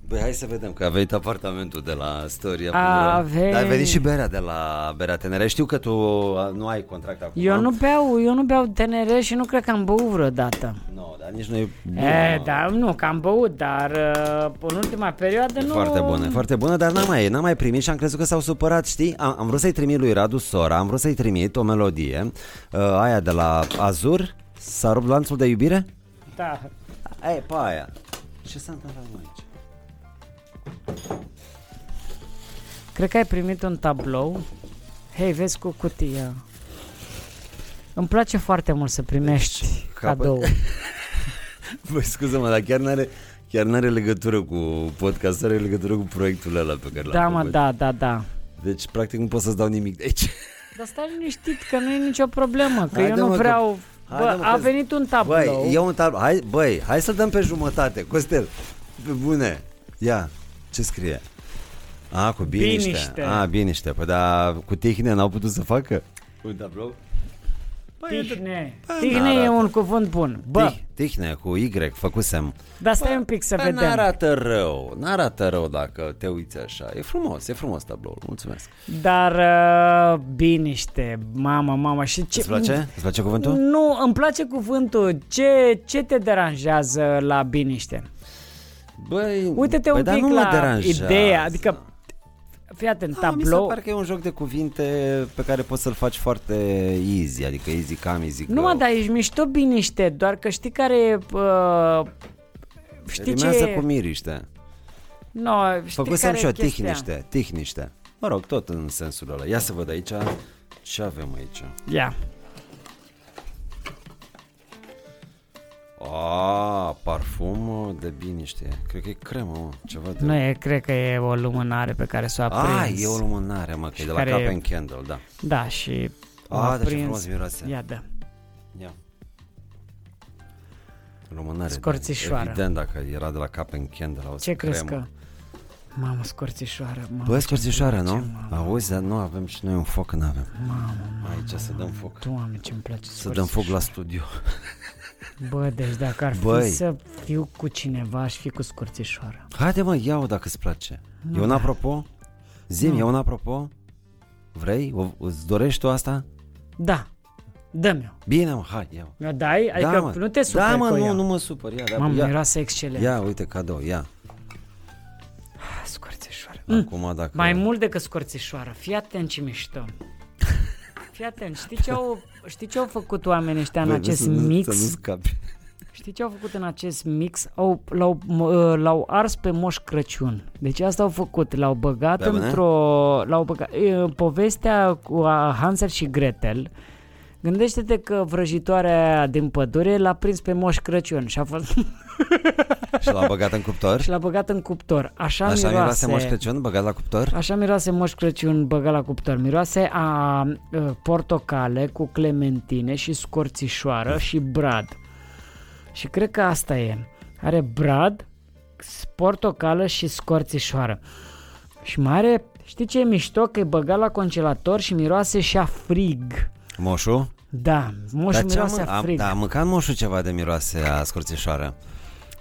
Băi, hai să vedem că a venit apartamentul de la Storia.
A venit.
Dar Da, a venit și Berea de la Berea Tenere. Știu că tu uh, nu ai contract acum.
Eu nu beau, eu nu beau TNR și nu cred că am băut vreodată.
No, dar nici nu e bună.
E, da, nu, că am băut, dar uh, în ultima perioadă
E
nu...
Foarte bună, e foarte bună, dar n-am mai, n-am mai primit și am crezut că s-au supărat, știi? Am, am vrut să-i trimit lui Radu Sora, am vrut să-i trimit o melodie, uh, aia de la Azur, s-a rupt lanțul de iubire?
Da.
Ei, pe aia. Ce s-a întâmplat mă, aici?
Cred că ai primit un tablou. Hei, vezi cu cutia. Îmi place foarte mult să primești deci,
capăt-
cadou.
Băi, scuză-mă, dar chiar n-are, chiar n-are legătură cu podcastul, are legătură cu proiectul ăla pe care l-am
Da, mă,
făcut.
da, da, da.
Deci, practic, nu pot să-ți dau nimic de aici.
Dar stai liniștit că nu e nicio problemă, că
Haide,
eu nu
mă, că-
vreau...
Haide,
Bă,
mă,
a
că-
venit un tablou.
Băi, e un tablou. Hai, băi, hai să dăm pe jumătate. Costel, pe bune. Ia, ce scrie? A, cu biniște.
Biniște.
A, biniște. Păi, dar cu tehne n-au putut să facă? Un tablou? Păi,
Tihne.
Bă,
Tihne e
n-arată.
un cuvânt bun. Bă,
Tihne cu Y, făcusem.
dar stai un pic să
Bă,
vedem.
N-arată rău, n-arată rău dacă te uiți așa. E frumos, e frumos tabloul, mulțumesc.
Dar uh, biniște, mamă, mamă. Și ce...
Îți place? Îți place cuvântul?
Nu, îmi place cuvântul. Ce, ce te deranjează la biniște?
Băi,
Uite-te
băi, păi,
un
dar
pic
nu mă
la
deranjează.
ideea, adică fii atent,
Da, mi se
tablou,
pare că e un joc de cuvinte pe care poți să-l faci foarte easy, adică easy cam, easy go.
nu mă, dar ești mișto biniște, doar că știi care e, uh, știi ce
Rimează
e?
cu miriște.
No, știi
Făcusem
care
și eu
e chestia?
tihniște, tihniște. Mă rog, tot în sensul ăla. Ia să văd aici ce avem aici.
Ia,
A, parfum de biniște. Cred că e cremă, mă, ceva de...
nu e, cred că e o lumânare pe care să o
A, Ah,
aprinzi.
e o lumânare, mă, că e de la
care
Cup
e-
and Candle, da.
Da, și o
A, Ah, dar ce
aprins.
frumos miroase.
Ia, da.
Ia. Lumânare. da.
Scorțișoară.
Evident, dacă era de la Cup and Candle. auzi,
Ce crezi
cremă.
că? Mamă, scorțișoară, mamă.
Băi,
ce-mi
scorțișoară,
place,
nu?
Mamă,
Auzi, dar nu avem și noi un foc, nu avem. Aici să dăm foc.
Doamne, ce-mi place
Să dăm foc la studio.
Bă, deci dacă ar fi
Băi.
să fiu cu cineva, aș fi cu scorțișoară.
Haide mă, iau dacă îți place. E un apropo? Zim, e un apropo? Vrei? O, îți dorești tu asta?
Da, dă-mi-o.
Bine mă, hai, iau.
Mi-o dai? Adică
da, mă.
nu te superi
Da, mă,
că o
nu,
iau.
nu mă supăr. Ia, da,
Mamă,
ia,
miroase excelent.
ia, uite, cadou, ia.
Ah, Scorțișoară.
Acum dacă...
Mai mult decât scorțișoară. Fii atent ce mișto. Fii atent. Știi ce au, știi ce au făcut oamenii ăștia în
Vezi,
acest
să nu-
mix?
Să nu scapi.
Știi ce au făcut în acest mix? Au, l-au, m- l-au ars pe Moș Crăciun. Deci asta au făcut. L-au băgat
Da, bă, ne?
într-o... L-au băgat, e, povestea cu a Hansel și Gretel. Gândește-te că vrăjitoarea aia din pădure l-a prins pe Moș Crăciun și a fost...
Și l-a băgat în cuptor?
și l-a băgat în cuptor. Așa,
Așa miroase
miroase
Moș Crăciun, băgat la cuptor?
Așa miroase Moș Crăciun băgat la cuptor. Miroase a uh, portocale cu clementine și scorțișoară și brad. Și cred că asta e. Are brad, s- portocală și scorțișoară. Și mai are, știi ce e mișto? Că e băgat la congelator și miroase și a frig.
Moșu?
Da, moșul
ce
miroase
am,
a
am,
frig.
da, am mâncat moșu ceva de miroase a scorțișoară.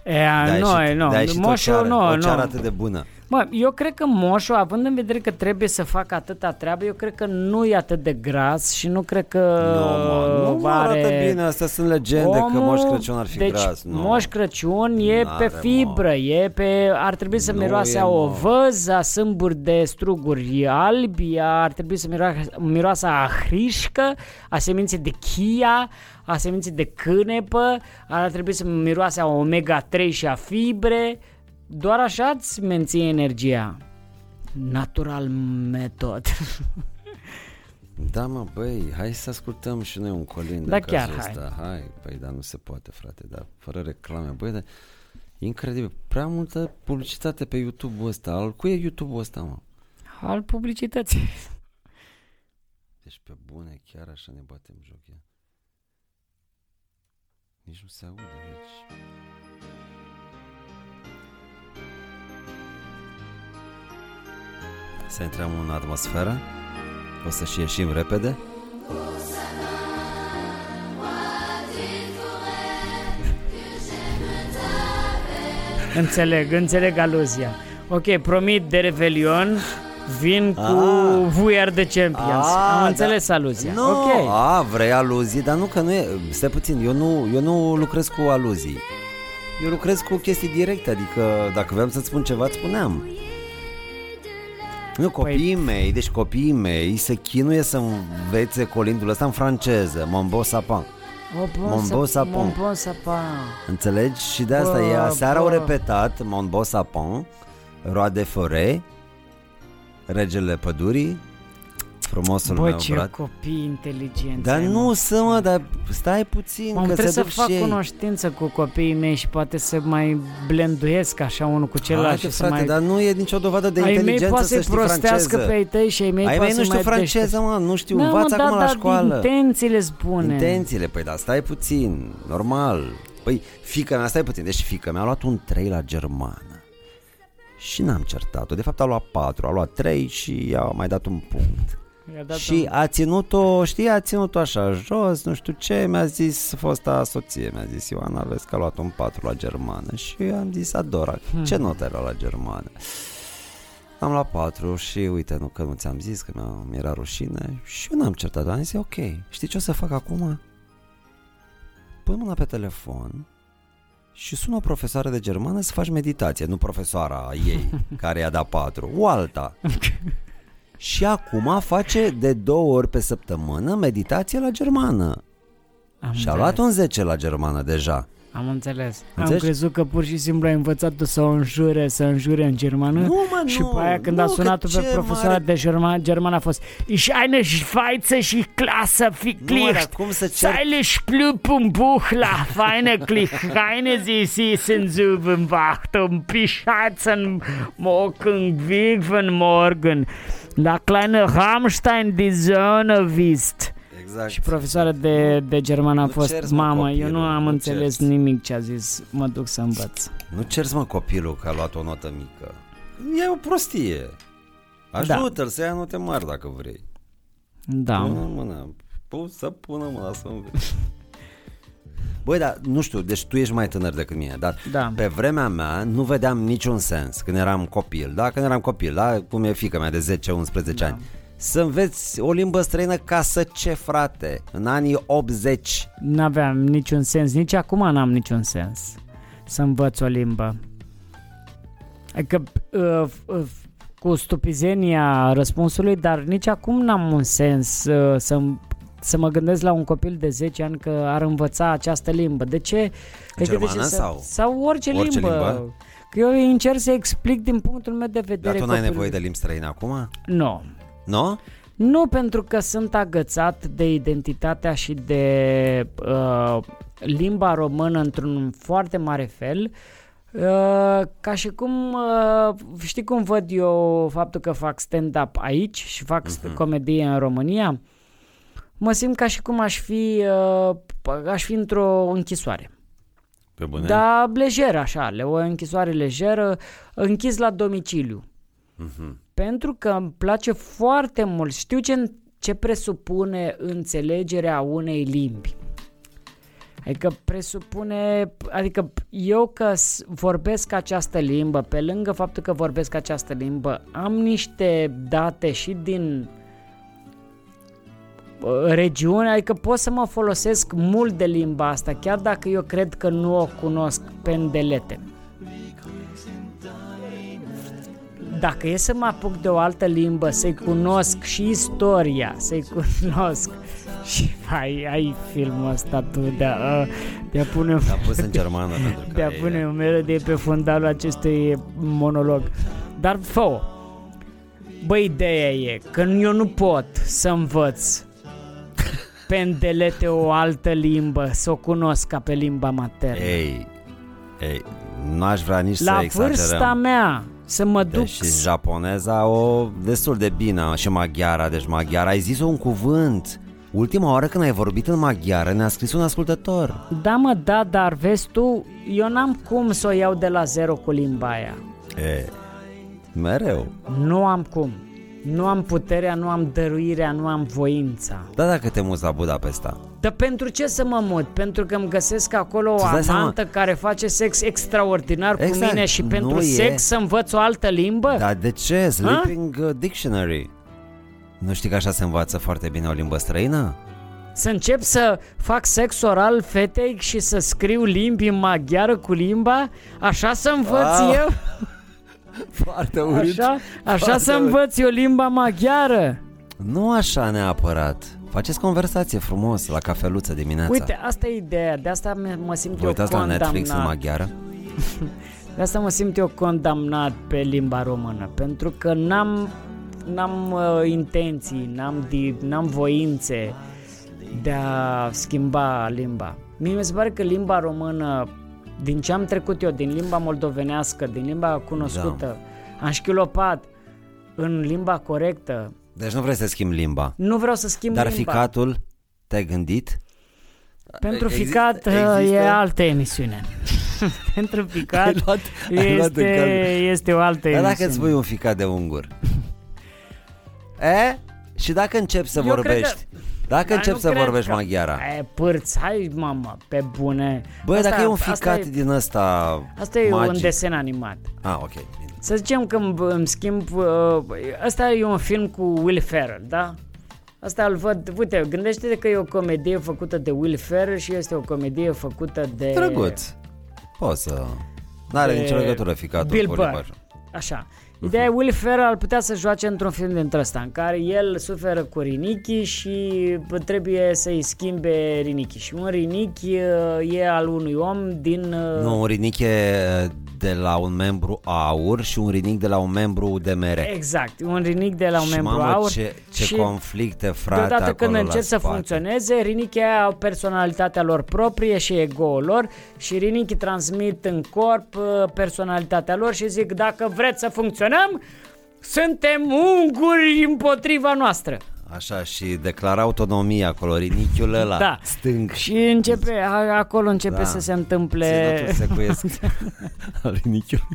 E,
Da,
nu,
și,
nu,
Da, și tu o
moșul
ceară, o
nu,
ceară
nu.
atât de bună.
Mă, eu cred că moșul, având în vedere că trebuie să facă atâta treabă, eu cred că nu e atât de gras și nu cred că
Nu, mă, nu mă
are...
arată bine, astea sunt legende că Moș Crăciun ar fi
deci,
gras. Nu.
Moș Crăciun e
N-are,
pe
mă.
fibră, e pe, ar trebui să
Nu
miroase
e,
a
mă.
ovăz, a sâmburi de struguri albi, a- ar trebui să miroase, miroase a hrișcă, a semințe de chia, a semințe de cânepă, ar trebui să miroase a omega-3 și a fibre. Doar așa îți menții energia. Natural metod.
Da, mă, băi, hai să ascultăm și noi un colin de
Da,
cazul
chiar, hai.
ăsta. Hai. Păi, dar nu se poate, frate, dar fără reclame, băi, dar e incredibil. Prea multă publicitate pe YouTube-ul ăsta. Al cui e YouTube-ul ăsta, mă?
Al publicității.
Deci pe bune chiar așa ne batem joc ia. Nici nu se aude aici. Să intrăm în atmosferă. O să și ieșim repede.
Înțeleg, înțeleg aluzia. Ok, promit de Revelion, vin cu We Are The Champions.
Ah,
Am
da.
înțeles aluzia.
Nu, Ah,
Ok.
a, vrei aluzii, dar nu că nu e, stai puțin, eu nu, eu nu lucrez cu aluzii. Eu lucrez cu chestii directe, adică dacă vreau să-ți spun ceva, îți spuneam.
Păi-
Nu, copiii mei, deci copiii mei se chinuie să învețe colindul ăsta în franceză, mon beau sapin. Mon beau sapin.
Mon bon sapin.
Înțelegi? Și de asta
Bă,
e, aseară au
bă.
repetat mon beau sapin, roade fore, regele pădurii, frumosul
Bă,
meu
ce
brat.
copii inteligenți.
Dar
ai,
nu
mă.
să mă, dar stai puțin
Mamă,
că
trebuie
se
să
duc
fac
și ei.
cunoștință cu copiii mei și poate să mai blenduiesc așa unul cu
Haide,
celălalt și să
frate,
mai...
dar nu e nicio dovadă de
ai mei
inteligență
poate
să
să-i
știi
prostească
franceză.
pe ai tăi și ai mei
Ai
poate
mei nu
să
știu
mai
franceză,
deștept.
mă, nu știu,
Da, mă,
învață
da,
acum la
da,
școală.
Intențiile spune.
Intențiile, păi da, stai puțin, normal. Păi, fica mea, stai puțin, deci fica mea a luat un 3 la germană. Și n-am certat-o, de fapt a luat 4, a luat 3 și i-a mai dat un punct.
I-a dat
și a ținut-o, știi, a ținut-o așa jos, nu știu ce, mi-a zis fosta soție, mi-a zis Ioana, vezi că a luat un 4 la germană și eu am zis, Adora, ce notă era la germană? Am luat 4 și uite, nu că nu ți-am zis, că mi-a- mi-era rușine și eu n-am certat, am zis, ok, știi ce o să fac acum? Pun mâna pe telefon și sună o profesoară de germană să faci meditație, nu profesoara ei care i-a dat 4, o alta. Și acum face de două ori pe săptămână meditație la germană.
Am
Și a luat un 10 la germană deja.
Am înțeles.
Înțelegi?
Am crezut că pur și simplu ai învățat-o să o înjure, să înjure în germană.
Nu, mă,
și
nu,
pe aia când
nu,
a
că
sunat pe
ce
profesoara
mare-
de german, german a fost Ich eine Schweizer și clasă fi
mă, dar
clicht.
cum să cer-
Seile schlüpfen Buch la feine clicht. Keine sie sitzen süben wacht um Pischeizen morgen wieven morgen. La kleine Rammstein die Söhne wisst.
Exact.
Și profesoara de, de germană a
Nu
fost,
cerți, mă,
mamă, eu
copilul,
nu am
nu
înțeles
cerți."
nimic ce a zis, mă duc să învăț.
Nu cerți mă copilul că a luat o notă mică. e o prostie. Ajută-l da. să ia note mari dacă vrei.
Da.
Pune mâna. Pu- să pună mâna să înveți. Băi, dar nu știu, deci tu ești mai tânăr decât mine, dar
Da.
pe vremea mea nu vedeam niciun sens când eram copil, da? Când eram copil, da? Cum e fica mea de 10-11 da. ani. Să înveți o limbă străină ca să ce, frate? În anii 80.
N-aveam niciun sens, nici acum n-am niciun sens să învăț o limbă. Adică uh, uh, cu stupizenia răspunsului, dar nici acum n-am un sens uh, să, să mă gândesc la un copil de 10 ani că ar învăța această limbă. De ce? Adică de ce
germană
să-
sau?
Sau orice,
Orice
limbă.
limbă?
Că eu încerc să explic din punctul meu de
Dar tu
vedere.
n-ai
copilului.
nevoie de limbi străine acum?
Nu. No.
Nu?
Nu pentru că sunt agățat de identitatea și de uh, limba română într-un foarte mare fel. Uh, ca și cum, uh, știi cum văd eu faptul că fac stand-up aici și fac uh-huh. comedie în România? Mă simt ca și cum aș fi, uh, aș fi într-o închisoare.
Pe bune?
Da, lejer așa, le- o închisoare lejeră, închis la domiciliu. Pentru că îmi place foarte mult, știu ce, ce presupune înțelegerea unei limbi. Adică presupune, adică eu că s- vorbesc această limbă, pe lângă faptul că vorbesc această limbă, am niște date și din uh, regiune, adică pot să mă folosesc mult de limba asta, chiar dacă eu cred că nu o cunosc pe îndelete. Dacă e să mă apuc de o altă limbă, să-i cunosc și istoria, să-i cunosc și ai, ai filmul ăsta tu de a, de a pune
Dar pus în germană pentru că
de a
e-
pune o melodie pe fundalul acestui monolog. Dar fă Băi, ideea e că eu nu pot să învăț pe îndelete o altă limbă, să o cunosc ca pe limba maternă.
Ei, ei, n-aș vrea nici
La
să exagerăm. Deci
vârsta mea să mă duc
Deși japoneza o destul de bine și maghiara, deci maghiara, ai zis un cuvânt. Ultima oară când ai vorbit în maghiară ne-a scris un ascultător.
Da mă, da, dar vezi tu, eu n-am cum să o iau de la zero cu limba aia.
E, mereu.
Nu am cum. Nu am puterea, nu am dăruirea, nu am voința.
Da dacă te muți la Budapesta.
Dar pentru ce să mă mut? Pentru că îmi găsesc acolo o
Să-ți dai seama-
amantă care face sex extraordinar cu
Exact,
mine și
nu
pentru
e- Da.
sex să învăț o altă limbă?
Dar de ce? Sleeping uh, Dictionary. Nu știi că așa se învață foarte bine o limbă străină?
Să încep să fac sex oral fetei și să scriu limbi în maghiară cu limba? Așa să învăț
Wow,
eu?
Foarte
Așa, așa să învăț eu limba maghiară?
Nu așa neapărat. Faceți conversație frumos la cafeluță dimineața.
Uite, asta e ideea, de asta mă- mă simt
Vă
eu
uitați la Netflix în
condamnat.
maghiară?
De asta mă simt eu condamnat pe limba română, pentru că n-am, n-am uh, intenții, n-am, di- n-am voințe de a schimba limba. Mie mi se pare că limba română, din ce am trecut eu, din limba moldovenească, din limba cunoscută, da. am șchilopat în limba corectă.
Deci nu vrei să schimbi limba.
Nu vreau să schimb
Dar
limba.
ficatul, te-ai gândit?
Pentru
Exist-
ficat uh, e
există?
altă emisiune. Pentru ficat
Ai luat- ai luat în
este,
calcul.
este o altă
Dar
emisiune.
dacă îți pui un ficat de ungur E? Și dacă începi să
Eu
vorbești
cred
Dacă
Dar
începi
nu
să
cred
vorbești
că-
maghiara
E, pârți, hai mamă, pe bune.
Băi, dacă e un
asta
ficat
e,
din ăsta
asta e
magic.
un desen animat.
Ah, ok, bine
Să zicem că îmi, îmi schimb... Uh, asta e un film cu Will Ferrell, da? Asta îl văd, uite, gândește-te că e o comedie făcută de Will Ferrell și este o comedie făcută de...
Drăguț Poți să... N-are
de
nicio legătură ficatul
Bill
cu
Burr.
limbajul.
Așa. Ideea e Will Ferrell ar putea să joace într-un film din ăsta în care el suferă cu rinichi și trebuie să-i schimbe rinichi. Și un rinichi uh, e al unui om din... uh,
Nu, un rinic e de la un membru aur și un rinic de la un membru de mere
Exact, un rinichi de la un
Și
membru
mamă,
aur.
ce, ce
și
conflicte, frate,
deodată când
acolo
încep
la
să
spate.
funcționeze, rinichii aia au personalitatea lor proprie și ego-ul lor și rinichii transmit în corp uh, personalitatea lor și zic dacă vreți să funcționăm, suntem unguri împotriva noastră.
Așa, și declara autonomia acolo, rinichiul ăla,
Da.
stâng.
Și începe, a- acolo începe
Da.
da. să se
Ținutul
întâmple
secuiesc al rinichiului.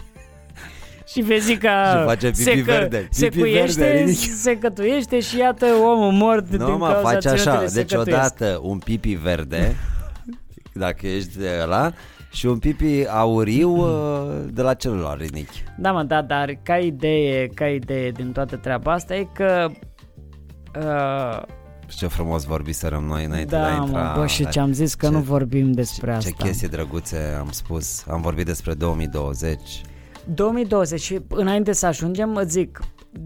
și vezi că
Și face pipi
se, că,
verde,
se
pipi verde,
cuiește,
rinichi.
se cătuiește și iată omul mort
Nu
din
mă,
cauza
faci așa,
ținuturii se
deci
cătuiesc.
odată un pipi verde, dacă ești de la, și un pipi auriu
Mm.
uh, de la celălalt rinichi.
Da, mă, da, dar ca idee, ca idee din toată treaba asta e că uh,
Și ce frumos vorbiserăm noi înainte de
da,
a intra.
mă, bă, și
la-
ce am zis că
ce-
nu vorbim despre
Ce
asta.
chestii drăguțe am spus. Am vorbit despre 2020.
2020 și înainte să ajungem, îți zic,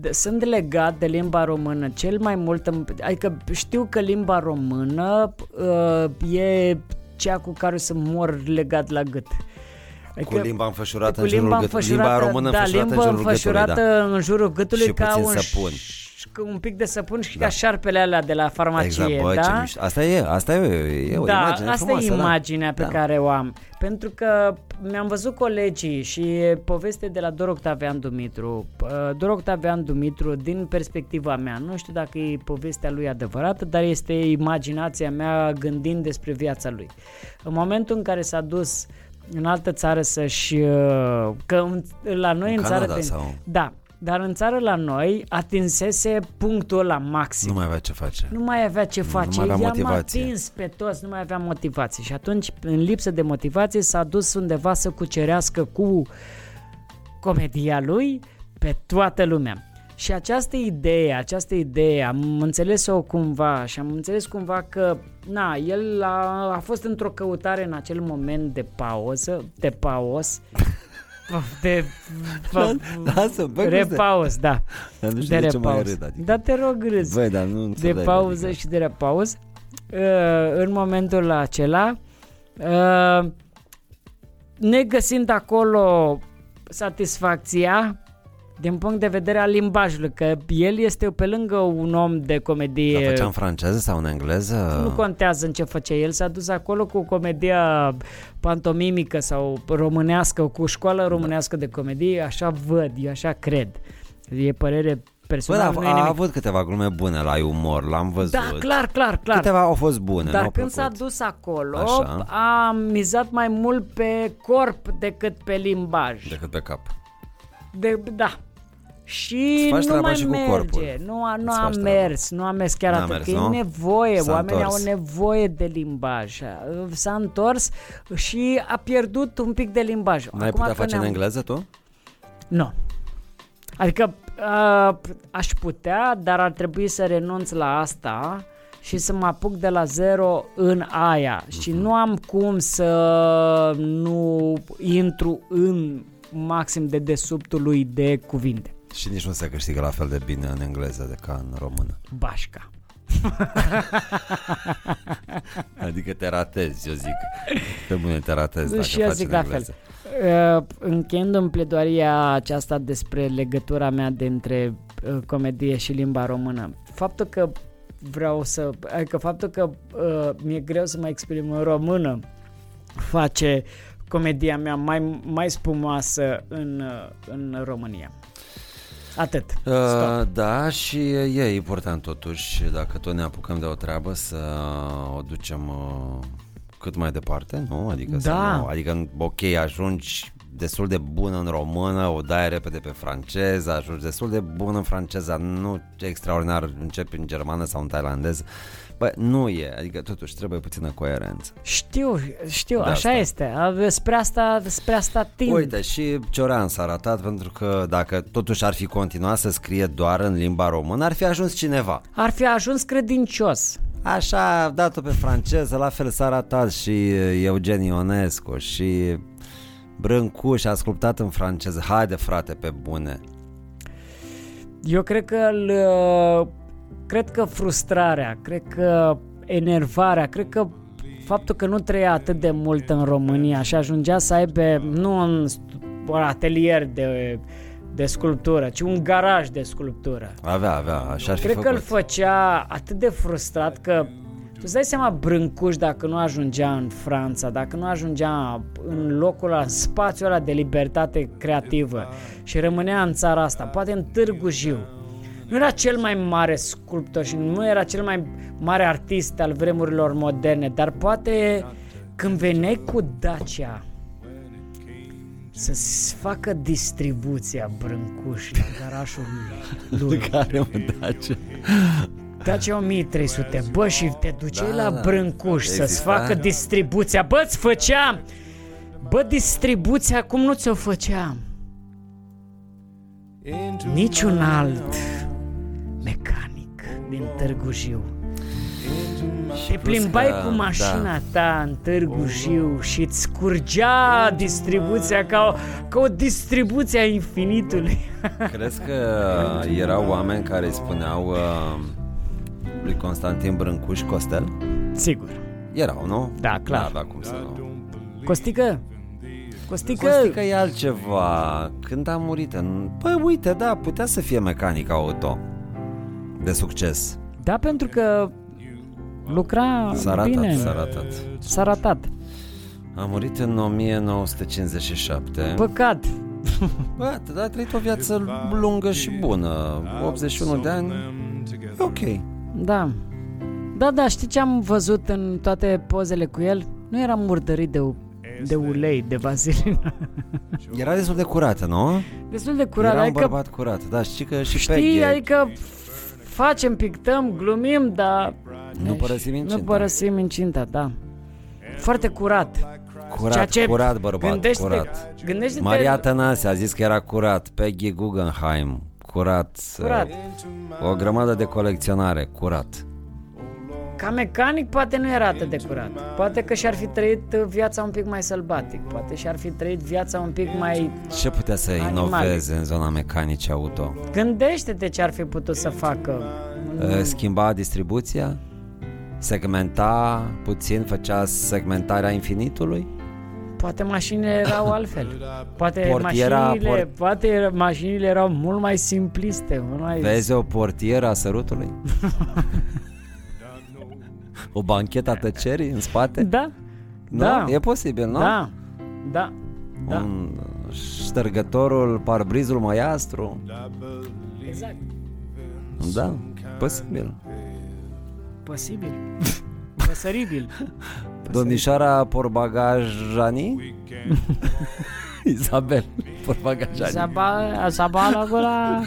d- sunt legat de limba română cel mai mult, îmi- adică știu că limba română uh, e cea cu care să mor legat la gât. Adică
Cu limba înfășurată
cu
în jurul
limba
gâtului. Limba română
da,
înfășurată în
limba
jurul
înfășurată
gâtului, da.
în jurul gâtului
Și
ca
puțin
un
săpun.
ș- cu un pic de săpun și ca șarpele alea de la
da.
farmacie,
Exact, bă,
da?
ce mișto. Asta e, asta e, e o
da,
imagine
asta
frumoasă,
e imaginea
da.
pe care o am. Pentru că mi-am văzut colegii și e poveste de la Dor Octavian Dumitru. Uh, Dor Octavian Dumitru, din perspectiva mea, nu știu dacă e povestea lui adevărată, dar este imaginația mea gândind despre viața lui. În momentul în care s-a dus în altă țară să-și... uh, Că în, la noi
În
în, țară...
Canada
te-
sau-
Da, dar în țară la noi atinsese punctul la maxim
Nu mai avea ce face.
nu mai avea ce face,
mai avea
i-am
motivație.
atins pe toți, nu mai avea motivație și atunci, în lipsă de motivație, s-a dus undeva să cucerească cu comedia lui pe toată lumea. Și această idee, această idee, am înțeles-o cumva și am înțeles cumva că, na, el a, a fost într-o căutare în acel moment de pauză, de paos, de...
Lasă, bă,
repaus, da.
Dar nu știu
de
Deci de ce mai
repaus.
râd, adică.
Da, te rog, râzi
Băi, dar nu
de
înțeleg,
pauză
adică.
și de repauz. Uh, în momentul acela, uh, ne găsind acolo satisfacția din punct de vedere al limbajului, că el este pe lângă un om de
Dar
comedie.
făcea în franceză sau în engleză?
Nu contează în ce făcea el, s-a dus acolo cu comedia pantomimică sau românească, cu școală românească de comedie, așa văd, eu așa cred. E părere
Bă,
personală,
da,
nu e
a
nimic.
avut câteva glume bune la umor, l-am văzut.
Da, clar, clar, clar.
Câteva au fost bune,
Dar
mi-au
când s-a
plăcut.
dus acolo,
Așa.
a mizat mai mult pe corp decât pe limbaj. De,
Decât pe cap.
de da. Și
Îți faci
nu
treaba
mai
și cu
merge,
corpul.
nu a, nu
Îți
a
faci treaba.
mers, nu a mers chiar
N-a
atât,
mers,
că
nu?
e nevoie,
S-a
oamenii
întors.
au nevoie de limbaj. S-a întors și a pierdut un pic de limbaj.
N-ai
Acum
putea
că
face în
ne-am-
engleză tu?
Nu. Adică uh, aș putea, dar ar trebui să renunț la asta și să mă apuc de la zero în aia. Și nu am cum să nu intru în maxim de desubtului de cuvinte.
Și nici nu se câștigă la fel de bine în engleză de ca în română.
Bașca.
Adică te ratezi, eu zic. Pe bune te ratezi dacă
și eu
faci
zic
în
la fel.
engleză.
Uh, Încheiindu-mi pledoaria aceasta despre legătura mea dintre uh, comedie și limba română, faptul că vreau să... Adică faptul că uh, mi-e greu să mă exprim în română face comedia mea mai, mai spumoasă în, uh, în România. Atât. Stop.
Uh, da, și e important totuși, dacă tot ne apucăm de o treabă, să o ducem uh, cât mai departe, nu? Adică, să
Da.
nu, adică ok, ajungi destul de bun în română, o dai repede pe franceză, ajungi destul de bun în franceza, nu extraordinar începi în germană sau în tailandeză. Bă, nu e, adică totuși trebuie puțină coerență.
Știu, știu,
De
așa
asta.
este. A, Spre asta, spre asta tind.
Uite, și Cioran s-a ratat pentru că dacă totuși ar fi continuat să scrie doar în limba română, ar fi ajuns cineva.
Ar fi ajuns credincios.
Așa a dat-o pe franceză, la fel s-a ratat și uh, Eugen Ionescu și Brâncuș a sculptat în franceză. Haide frate, pe bune!
Eu cred că îl, uh, cred că frustrarea, cred că enervarea, cred că faptul că nu trăia atât de mult în România și ajungea să aibă nu un, st- un atelier de, de sculptură, ci un garaj de sculptură.
Avea, avea, așa ar fi
Cred că îl
făcut.
făcea atât de frustrat că tu îți dai seama Brâncuș dacă nu ajungea în Franța, dacă nu ajungea în locul ăla, în spațiul ăla de libertate creativă și rămânea în țara asta, poate în Târgu Jiu. Nu era cel mai mare sculptor și nu era cel mai mare artist al vremurilor moderne, dar poate când veneai cu Dacia să-ți facă distribuția Brâncuș la garașul lui.
Care mă dace.
Tace 1300, bă, și te duceai
Da,
la
da,
Brâncuș
da,
să-ți
exista.
facă distribuția. Bă, îți făceam! Bă, distribuția cum nu ți-o făceam? Niciun alt mecanic din Târgu Jiu. Te
plus
plimbai
că- da.
cu mașina ta în Târgu Jiu și îți curgea distribuția ca o, ca o distribuție a infinitului.
Crezi că uh, erau oameni care îi spuneau uh, lui Constantin Brâncuș Costel?
Sigur.
Erau, nu?
Da, clar.
Da, cum să nu.
Costică? Costică?
Costică e altceva. Când a murit în... Păi uite, da, putea să fie mecanic auto. De succes.
Da, pentru că lucra
S-a ratat,
bine.
s-a ratat.
S-a ratat.
A murit în 1957.
Păcat.
Bă, dar a trăit o viață lungă și bună. 81 de ani. E ok.
Da. Da, da, știi ce am văzut în toate pozele cu el? Nu era murdărit de, u- de ulei, de vaselină.
Era destul de curată, nu?
Destul de curat,
Era un
adică,
bărbat curat, da, știi că și
știi,
Peggy
adică facem, pictăm, glumim, dar...
Nu părăsim incinta.
Nu părăsim incinta, da. Foarte curat.
Curat,
Ceea ce
curat bărbat,
gândește,
curat.
Gândește-te...
Maria Tănase a zis că era curat, Peggy Guggenheim, curat,
Curat.
uh, o grămadă de colecționare, curat.
Ca mecanic poate nu era atât de curat. Poate că și-ar fi trăit uh, viața un pic mai sălbatic. Poate și-ar fi trăit viața un pic mai...
Ce putea să
Animale.
inoveze în zona mecanice auto?
Gândește-te ce ar fi putut să facă.
Uh, Schimba distribuția? Segmenta puțin, făcea segmentarea infinitului?
Poate mașinile erau altfel. Poate
Portiera,
mașinile,
por-
poate era- mașinile erau mult mai simpliste, mult mai
Vezi o portieră a sărutului? o banchetă a tăcerii în spate?
Da?
Nu?
Da.
E posibil, nu?
Da. Da. Da.
Un ștergătorul, parbrizul maiastru.
Exact.
Da, posibil.
Posibil. Păsăribil.
Domnișoara Porbagajani? Isabel Porbagajani.
Zaba, zabala gola.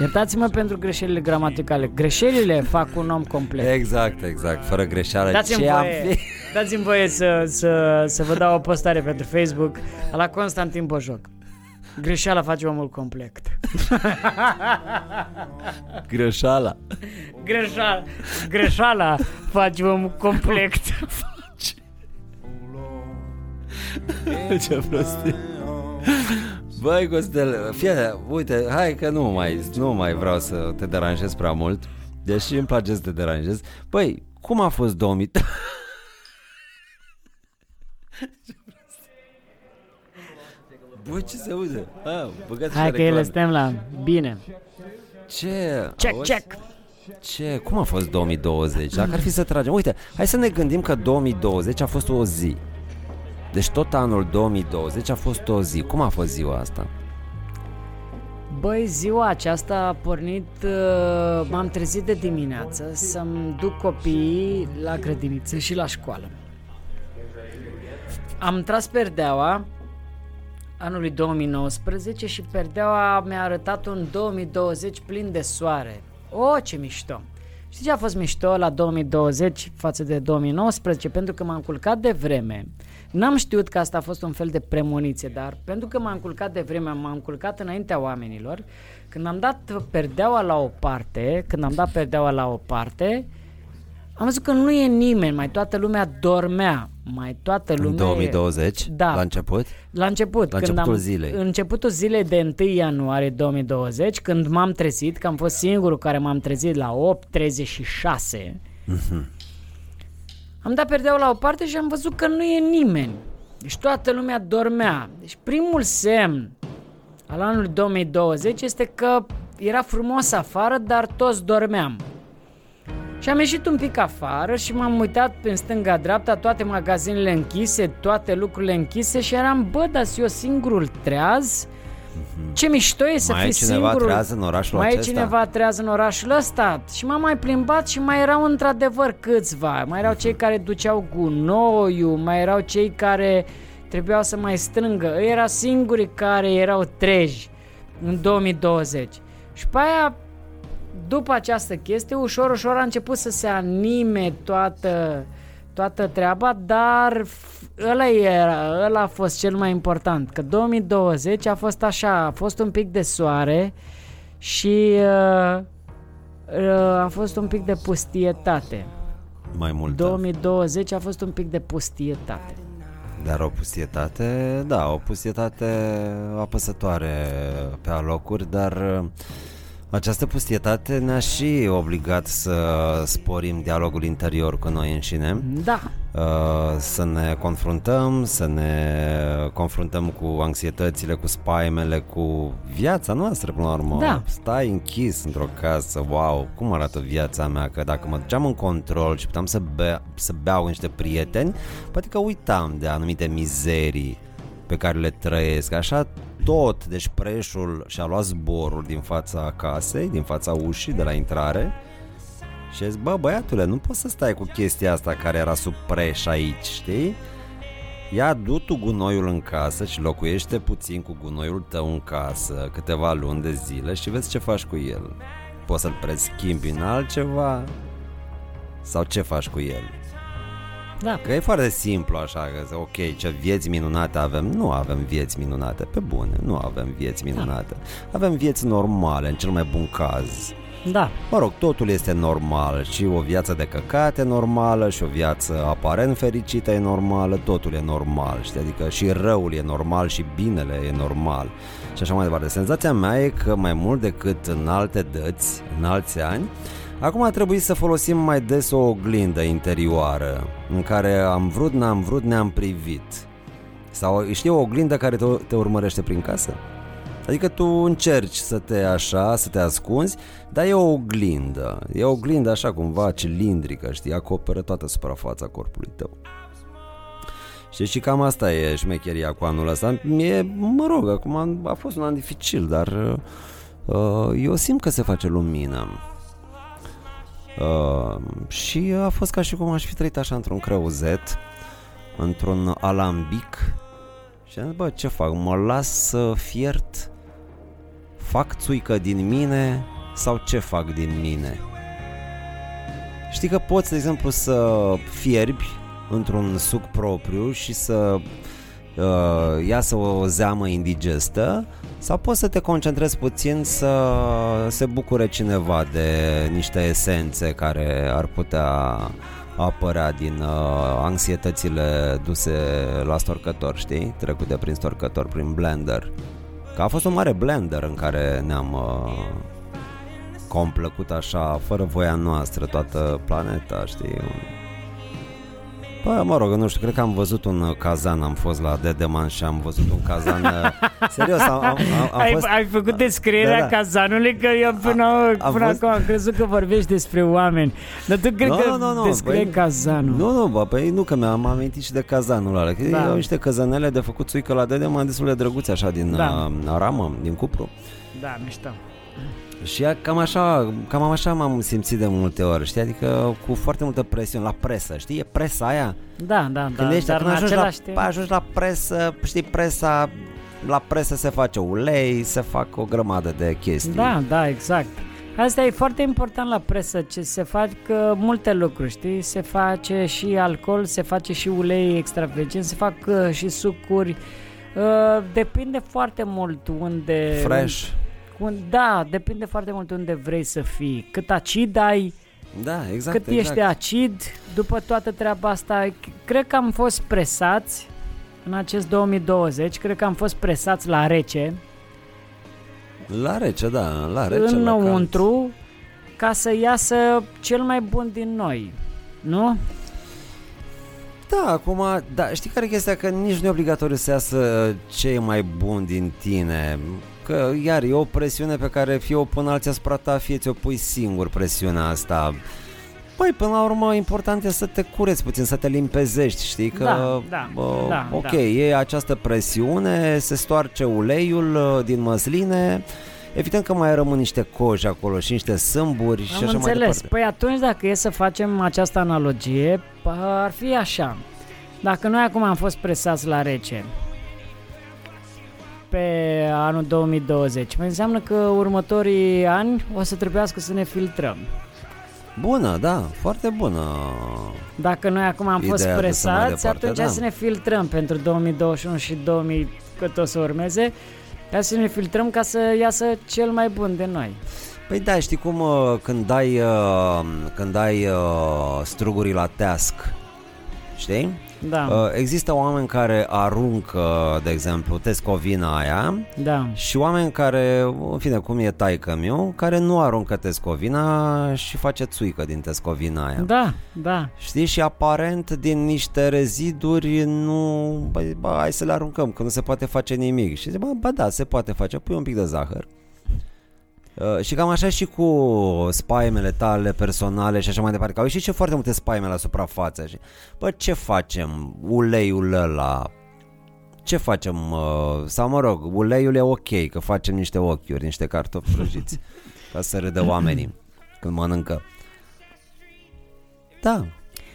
Iertați-mă pentru greșelile gramaticale. Greșelile fac un om complet.
Exact, exact, fără greșeală.
Dați-mi
Ce am
voie,
fi?
dați-mi voie să, să, să vă dau o postare pentru Facebook la Constantin Bojoc. Greșeala face omul complet.
Greșeala.
Greșeala, greșeala face omul complet.
Ce prostie. Băi, Costel, fie, uite, hai că nu mai, nu mai vreau să te deranjez prea mult, deși îmi place să te deranjez. Băi, cum a fost 2000? Bă, ce se aude? Ah, băgați
Hai
și
că ele
reclame.
suntem la bine.
Ce?
Check,
Auzi?
check.
Ce? Cum a fost 2020? Dacă ar fi să tragem... Uite, hai să ne gândim că 2020 a fost o zi. Deci tot anul 2020 a fost o zi. Cum a fost ziua asta?
Băi, ziua aceasta a pornit, uh, m-am trezit de dimineață să-mi duc copiii la grădiniță și la școală. Am tras perdeaua anului 2019 și perdeaua mi-a arătat un 2020 plin de soare. O, ce mișto! Știi ce a fost mișto la 2020 față de 2019? Pentru că m-am culcat de vreme. N-am știut că asta a fost un fel de premoniție, dar pentru că m-am culcat de vreme, m-am culcat înaintea oamenilor, când am dat perdeaua la o parte, când am dat perdeaua la o parte, am văzut că nu e nimeni, mai toată lumea dormea, mai toată lumea
În
e-
2020?
Da.
La început?
la început,
La
când
începutul
am,
zilei.
începutul zilei de 1 ianuarie 2020, când m-am trezit, că am fost singurul care m-am trezit la 8.36, am dat perdeaua la o parte și am văzut că nu e nimeni. Deci toată lumea dormea. Deci primul semn al anului 2020 este că era frumos afară, dar toți dormeam. Și am ieșit un pic afară și m-am uitat în stânga-dreapta, toate magazinele închise, toate lucrurile închise și eram, bă, dar sunt eu singurul treaz? Ce mișto e să
Mhm. Mai e
fii
cineva
singurul.
treaz în orașul
mai
acesta?
e cineva treaz în orașul ăsta? Și m-am mai plimbat și mai erau
Mhm.
într-adevăr câțiva. Mai erau cei care duceau gunoiul, mai erau cei care trebuiau să mai strângă. Ei erau singurii care erau treji în 2020. Și pe aia, după această chestie, ușor, ușor a început să se anime toată, toată treaba, dar f- ăla, era, ăla a fost cel mai important, că 2020 a fost așa, a fost un pic de soare și uh, uh, a fost un pic de pustietate.
mai mult.
2020 a fost un pic de pustietate.
Dar o pustietate, da, o pustietate apăsătoare pe alocuri, dar uh, această pustietate ne-a și obligat să sporim dialogul interior cu noi înșine.
Da,
Uh, să ne confruntăm, să ne confruntăm cu anxietățile, cu spaimele, cu viața noastră până la urmă.
Da.
Stai închis într-o casă, wow, cum arată viața mea, că dacă mă duceam în control și puteam să, be- să beau cu niște prieteni, poate că uitam de anumite mizerii pe care le trăiesc, așa tot, deci preșul și-a luat zborul din fața casei, din fața ușii, de la intrare, și a zis, bă, băiatule, nu poți să stai cu chestia asta care era sub preș aici, știi? Ia du tu gunoiul în casă și locuiește puțin cu gunoiul tău în casă câteva luni de zile și vezi ce faci cu el. Poți să-l preschimbi în altceva sau ce faci cu el.
da.
Că e foarte simplu așa, că zic, ok, ce vieți minunate avem. Nu avem vieți minunate, pe bune, nu avem vieți minunate. Avem vieți normale, în cel mai bun caz.
Da,
Mă rog, totul este normal și o viață de căcat e normală și o viață aparent fericită e normală, totul e normal, știi? Adică și răul e normal și binele e normal și așa mai departe. Senzația mea e că mai mult decât în alte dăți, în alți ani, acum a trebuit să folosim mai des o oglindă interioară în care am vrut, n-am vrut, ne-am privit. Sau știi o oglindă care te, te urmărește prin casă? Adică tu încerci să te așa, să te ascunzi, dar e o oglindă. E o oglindă așa cumva cilindrică, știi, acoperă toată suprafața corpului tău. Și și cam asta e șmecheria cu anul ăsta. E, mă rog, acum a fost un an dificil, dar uh, eu simt că se face lumină. Uh, și a fost ca și cum aș fi trăit așa într-un creuzet, într-un alambic, și am zis, bă, ce fac? Mă las să fiert? Fac țuică din mine? Sau ce fac din mine? Știi că poți, de exemplu, să fierbi într-un suc propriu și să uh, iasă o zeamă indigestă sau poți să te concentrezi puțin să se bucure cineva de niște esențe care ar putea apărea din uh, anxietățile duse la storcător, știi? Trecute prin storcător, prin blender. Că a fost un mare blender în care ne-am uh, complăcut așa, fără voia noastră, toată planeta, știi? Un- Bă, mă rog, nu știu, cred că am văzut un uh, cazan, am fost la Dedeman și am văzut un cazan... uh, serios, am, am, am, am
ai,
fost...
ai făcut descrierea da,
Da,
da.
da.
cazanului că eu până, a,
a
până
fost-
acum am crezut că vorbești despre oameni. Dar tu cred
Nu,
că
nu, nu, nu,
descrie
păi-
cazanul.
Nu, nu, bă, păi nu că mi-am amintit și de cazanul ăla. Că
Da.
da. au niște cazanele de făcut țuică la dede, mai destul de drăguțe așa din
Da.
da. uh, ramă, din cupru.
Da, mișto.
Și ea, cam așa, cam așa m-am simțit de multe ori, știi? Adică cu foarte multă presiune la presă, știi? E presa aia.
Da, da, da.
Când ești,
dar
dar
în
când ajungi la, păi
același timp...
ajungi la presă, știi, presa la presă se face ulei, se fac o grămadă de chestii.
Da, da, exact. Asta e foarte important la presă, ce se fac că multe lucruri, știi? Se face și alcool, se face și ulei extravergin, se fac uh, și sucuri. Uh, depinde foarte mult unde...
Fresh.
Un, da, depinde foarte mult unde vrei să fii. Cât acid ai,
Da, exact.
cât
exact.
ești de acid după toată treaba asta. Cred că am fost presați în acest 2020, cred că am fost presați la rece,
La rece, da, la rece. la cald.
înăuntru, ca să iasă cel mai bun din noi. Nu?
Da, acum, da, știi care e chestia? Că nici nu e obligatoriu să iasă ce e mai bun din tine. Că, iar, e o presiune pe care fie o pun alții asupra ta, fie ți-o pui singur presiunea asta. Păi, până la urmă, important e să te cureți puțin, să te limpezești, știi? Că,
Da, da,
bă,
da,
ok,
da.
e această presiune, se stoarce uleiul uh, din măsline, evident că mai rămân niște coji acolo și niște sâmburi și
Am
așa mai
înțeles.
departe.
Păi atunci dacă e să facem această analogie, p- ar fi așa. Dacă noi acum am fost presați la rece pe anul 2020, mai înseamnă că următorii ani o să trebuiască să ne filtrăm.
Bună, da, foarte bună.
Dacă noi acum am fost
Ideea de să mai
presați,
departe,
atunci
da.
să ne filtrăm pentru 2021 și 2000 cât o să urmeze, ca să ne filtrăm ca să iasă cel mai bun de noi.
Păi da, știi cum uh, când dai, uh, când dai uh, strugurii la teasc, știi?
Da, uh.
Uh, Există oameni care aruncă, de exemplu, tescovina aia
da.
și oameni care, în fine, cum e taică meu, care nu aruncă tescovina și face țuică din tescovina aia.
Da, da.
Știi? Și aparent din niște reziduri nu... Bă, bă, hai să le aruncăm, că nu se poate face nimic. Și zic, bă, bă da, se poate face. Pui un pic de zahăr. Uh, și cam așa și cu spaimele tale personale și așa mai departe. Că au ieșit și foarte multe spaime la suprafață. Și, bă, ce facem? Uleiul ăla... Ce facem? Uh, sau mă rog, uleiul e ok, că facem niște ochiuri, niște cartofi prăjiți. ca să râdă oamenii când mănâncă. Da,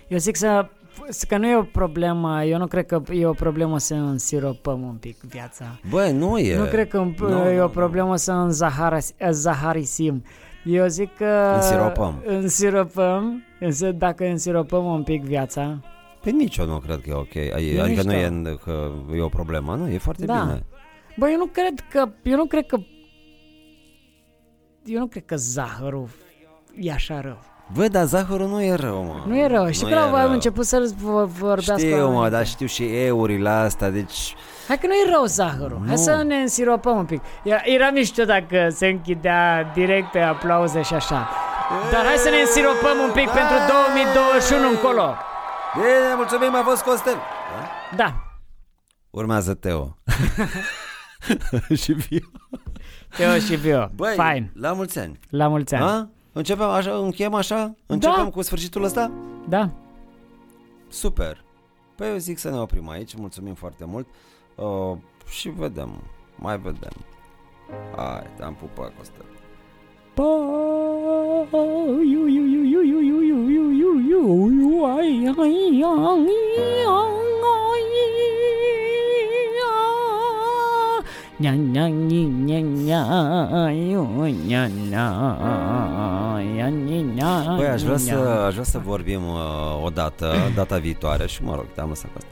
Eu zic să, să- că nu e o problemă, eu nu cred că e o problemă să însiropăm un pic viața.
Bă, nu e.
Nu cred că
Nu,
no, e
nu,
o
nu.
problemă să înzaharas- zaharisim. Eu zic că...
Însiropăm.
Însiropăm, însă dacă însiropăm un pic viața,
Păi nici eu nu cred că e ok. Ai- Adică nu
mișto.
e, în- că e o problemă, nu? E foarte
Da.
bine.
Bă, eu nu cred că... Eu nu cred că... Eu nu cred că zahărul e așa rău.
Bă, dar zahărul nu e rău, mă.
Nu e rău. Și că la voi am început să vorbească
Știu, mă,
oamenii.
dar știu și eurile astea, deci...
Hai că nu e rău zahărul. Hai
Nu.
să ne însiropăm un pic. Era, era mișto dacă se închidea direct pe aplauze și așa. Dar hai să ne însiropăm un pic pentru
Da.
2021 încolo.
Bine, mulțumim, a fost Costel. Da?
Da.
Urmează Teo. și Vio.
Teo și Vio.
Băi,
Fain.
la mulți ani.
La mulți ani.
A? Începem așa, încheiem așa? Începem cu sfârșitul ăsta?
Da.
Super. Păi eu zic să ne oprim aici, mulțumim foarte mult uh, și vedem, mai vedem. Hai, te-am pupat, Costel.
Pa, iu, iu, iu, iu, iu, iu, iu, iu, iu, iu, iu, ai, ai, ai, ai, ai. Nya, nya, ni, nya, nya, iu, nya, nya, ia, ni, nya,
Băi, aș vrea, să,
nya.
aș vrea să vorbim uh, o dată, data viitoare și mă rog, te-am lăsat cu asta,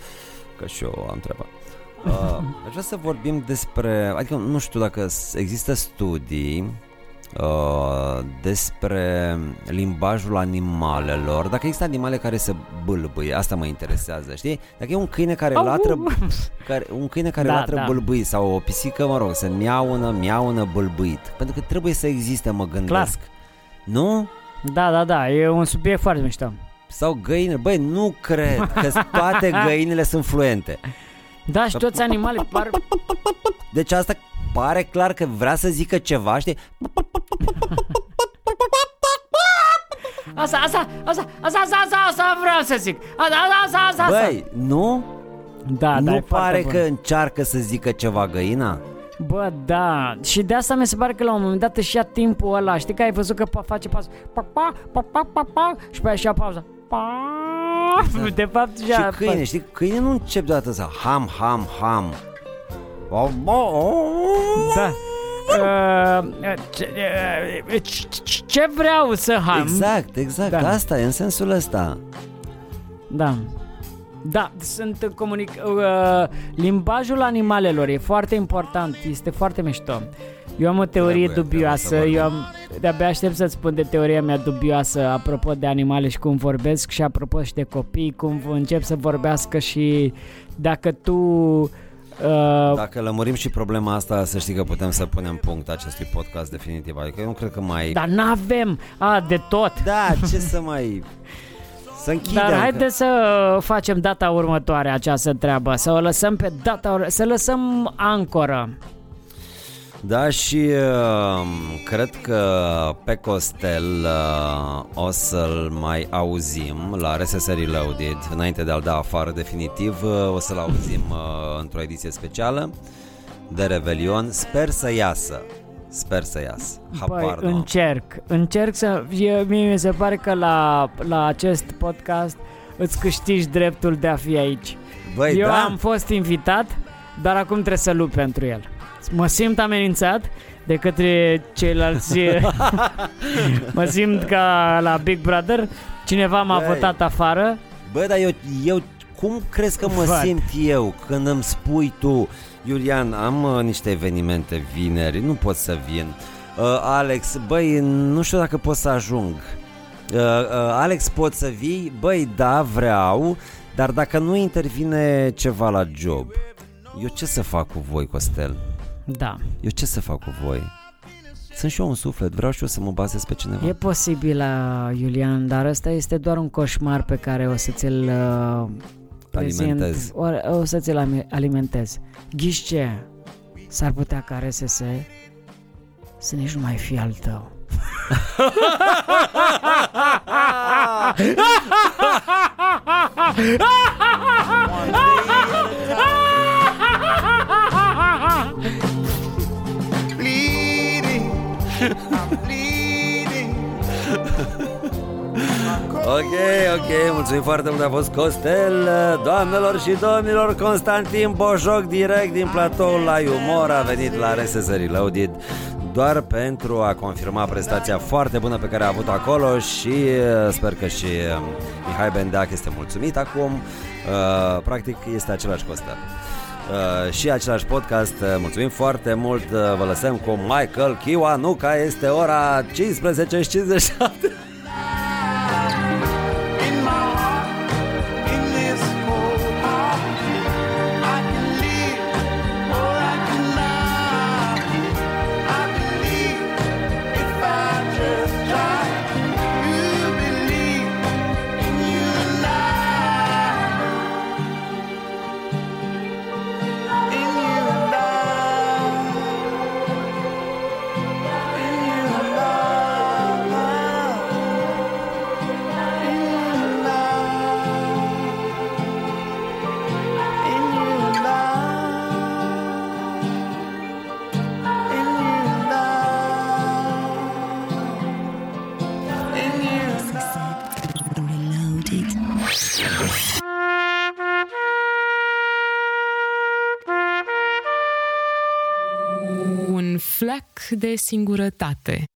că și eu am treaba. Uh, aș vrea să vorbim despre, adică nu știu dacă s- există studii uh, despre limbajul animalelor, dacă există animale care se bâlbâie, asta mă interesează, știi? Dacă e un câine care
Au!
latră, care, un câine care
Da,
latră
da.
bâlbâit sau o pisică, mă rog, se miaună, miaună bâlbâit, pentru că trebuie să existe, mă gândesc. Nu?
Da, da, da, e un subiect foarte mișto.
Sau găini, băi, nu cred că toate găinile sunt fluente.
Da, și toți animale par...
Deci asta pare clar că vrea să zică ceva, știi?
Asta, asta, asta, asta, asta, asta, asta vreau să zic. Asta, asta, asta, asta.
Băi, nu?
da, da, e
nu
foarte
pare
bun.
că încearcă să zică ceva găina?
Bă, da, și de asta mi se pare că la un moment dat își ia timpul ăla, știi că ai văzut că pa- face pas, pa, pa, pa, pa, pa, pa, și pe aia și ia pauza, pa, de fapt și
Exact. și câine, știi? Câine nu încep deodată să ham, ham, ham.
da. Uh, ce, uh, ce- ce vreau să ham?
Exact, exact,
Da.
da. asta e în sensul ăsta.
Da. Da, sunt comunic... Uh, limbajul animalelor e foarte important, este foarte mișto. Eu am o teorie
Trebuie,
dubioasă,
trebuie să
eu am, de-abia aștept să-ți spun de teoria mea dubioasă apropo de animale și cum vorbesc și apropo și de copii, cum încep să vorbească și dacă tu... Uh,
Dacă lămurim și problema asta, să știi că putem să punem punct acestui podcast definitiv. Adică eu nu cred că mai...
dar n-avem, a, de tot.
da ce să mai... Să închidem.
Dar
că-
haide să facem data următoare această treabă, să o lăsăm pe data, ur- să lăsăm ancoră.
Da, și uh, cred că pe Costel uh, o să-l mai auzim la RSS Reloaded, înainte de a-l da afară definitiv, uh, o să-l auzim uh, într-o ediție specială de Revelion. Sper să iasă. Sper să iasă.
Păi,
Habar n-am.
încerc, încerc să... Eu, mie mi se pare că la, la acest podcast îți câștigi dreptul de a fi aici.
Băi,
Eu
da?
am fost invitat, dar acum trebuie să lupt pentru el. Mă simt amenințat de către ceilalți. mă simt ca la Big Brother. Cineva m-a
Băi.
votat afară.
Bă, dar eu, eu cum crezi că mă
Vad.
simt eu când îmi spui tu Iulian, am uh, niște evenimente vineri, nu pot să vin uh, Alex, băi, nu știu dacă pot să ajung uh, uh, Alex, pot să vii? Băi, da, vreau Dar dacă nu intervine ceva la job Eu ce să fac cu voi, Costel?
Da,
Eu ce să fac cu voi? Sunt și eu un suflet, vreau și eu să mă bazez pe cineva
e posibil, uh, Iulian, dar ăsta este doar un coșmar pe care o să ți-l uh, prezint,
Alimentez.
o, o să ți-l ami- alimentez. Ghiși ce? S-ar putea ca RSS să nici nu mai fie al tău.
bleeding. I'm bleeding.
Ok, ok, mulțumim foarte mult, a fost Costel Doamnelor și domnilor, Constantin Bojoc direct din platou la Umor A venit la RSS Reloaded doar pentru a confirma prestația foarte bună pe care a avut acolo și uh, sper că și uh, Mihai Bendeac este mulțumit acum. Uh, Practic este același Costel. Uh, și același podcast. Uh, Mulțumim foarte mult. Uh, Vă lăsăm cu Michael Kiwanuka. Este ora 15.57.
In my heart, in this cold heart, I can live or I can die. I believe if I just try. You believe in you and I. In you and I. In you and I. In you and I, in you and I, in you and I, in you and I.
Reloaded.
Un flac de singurătate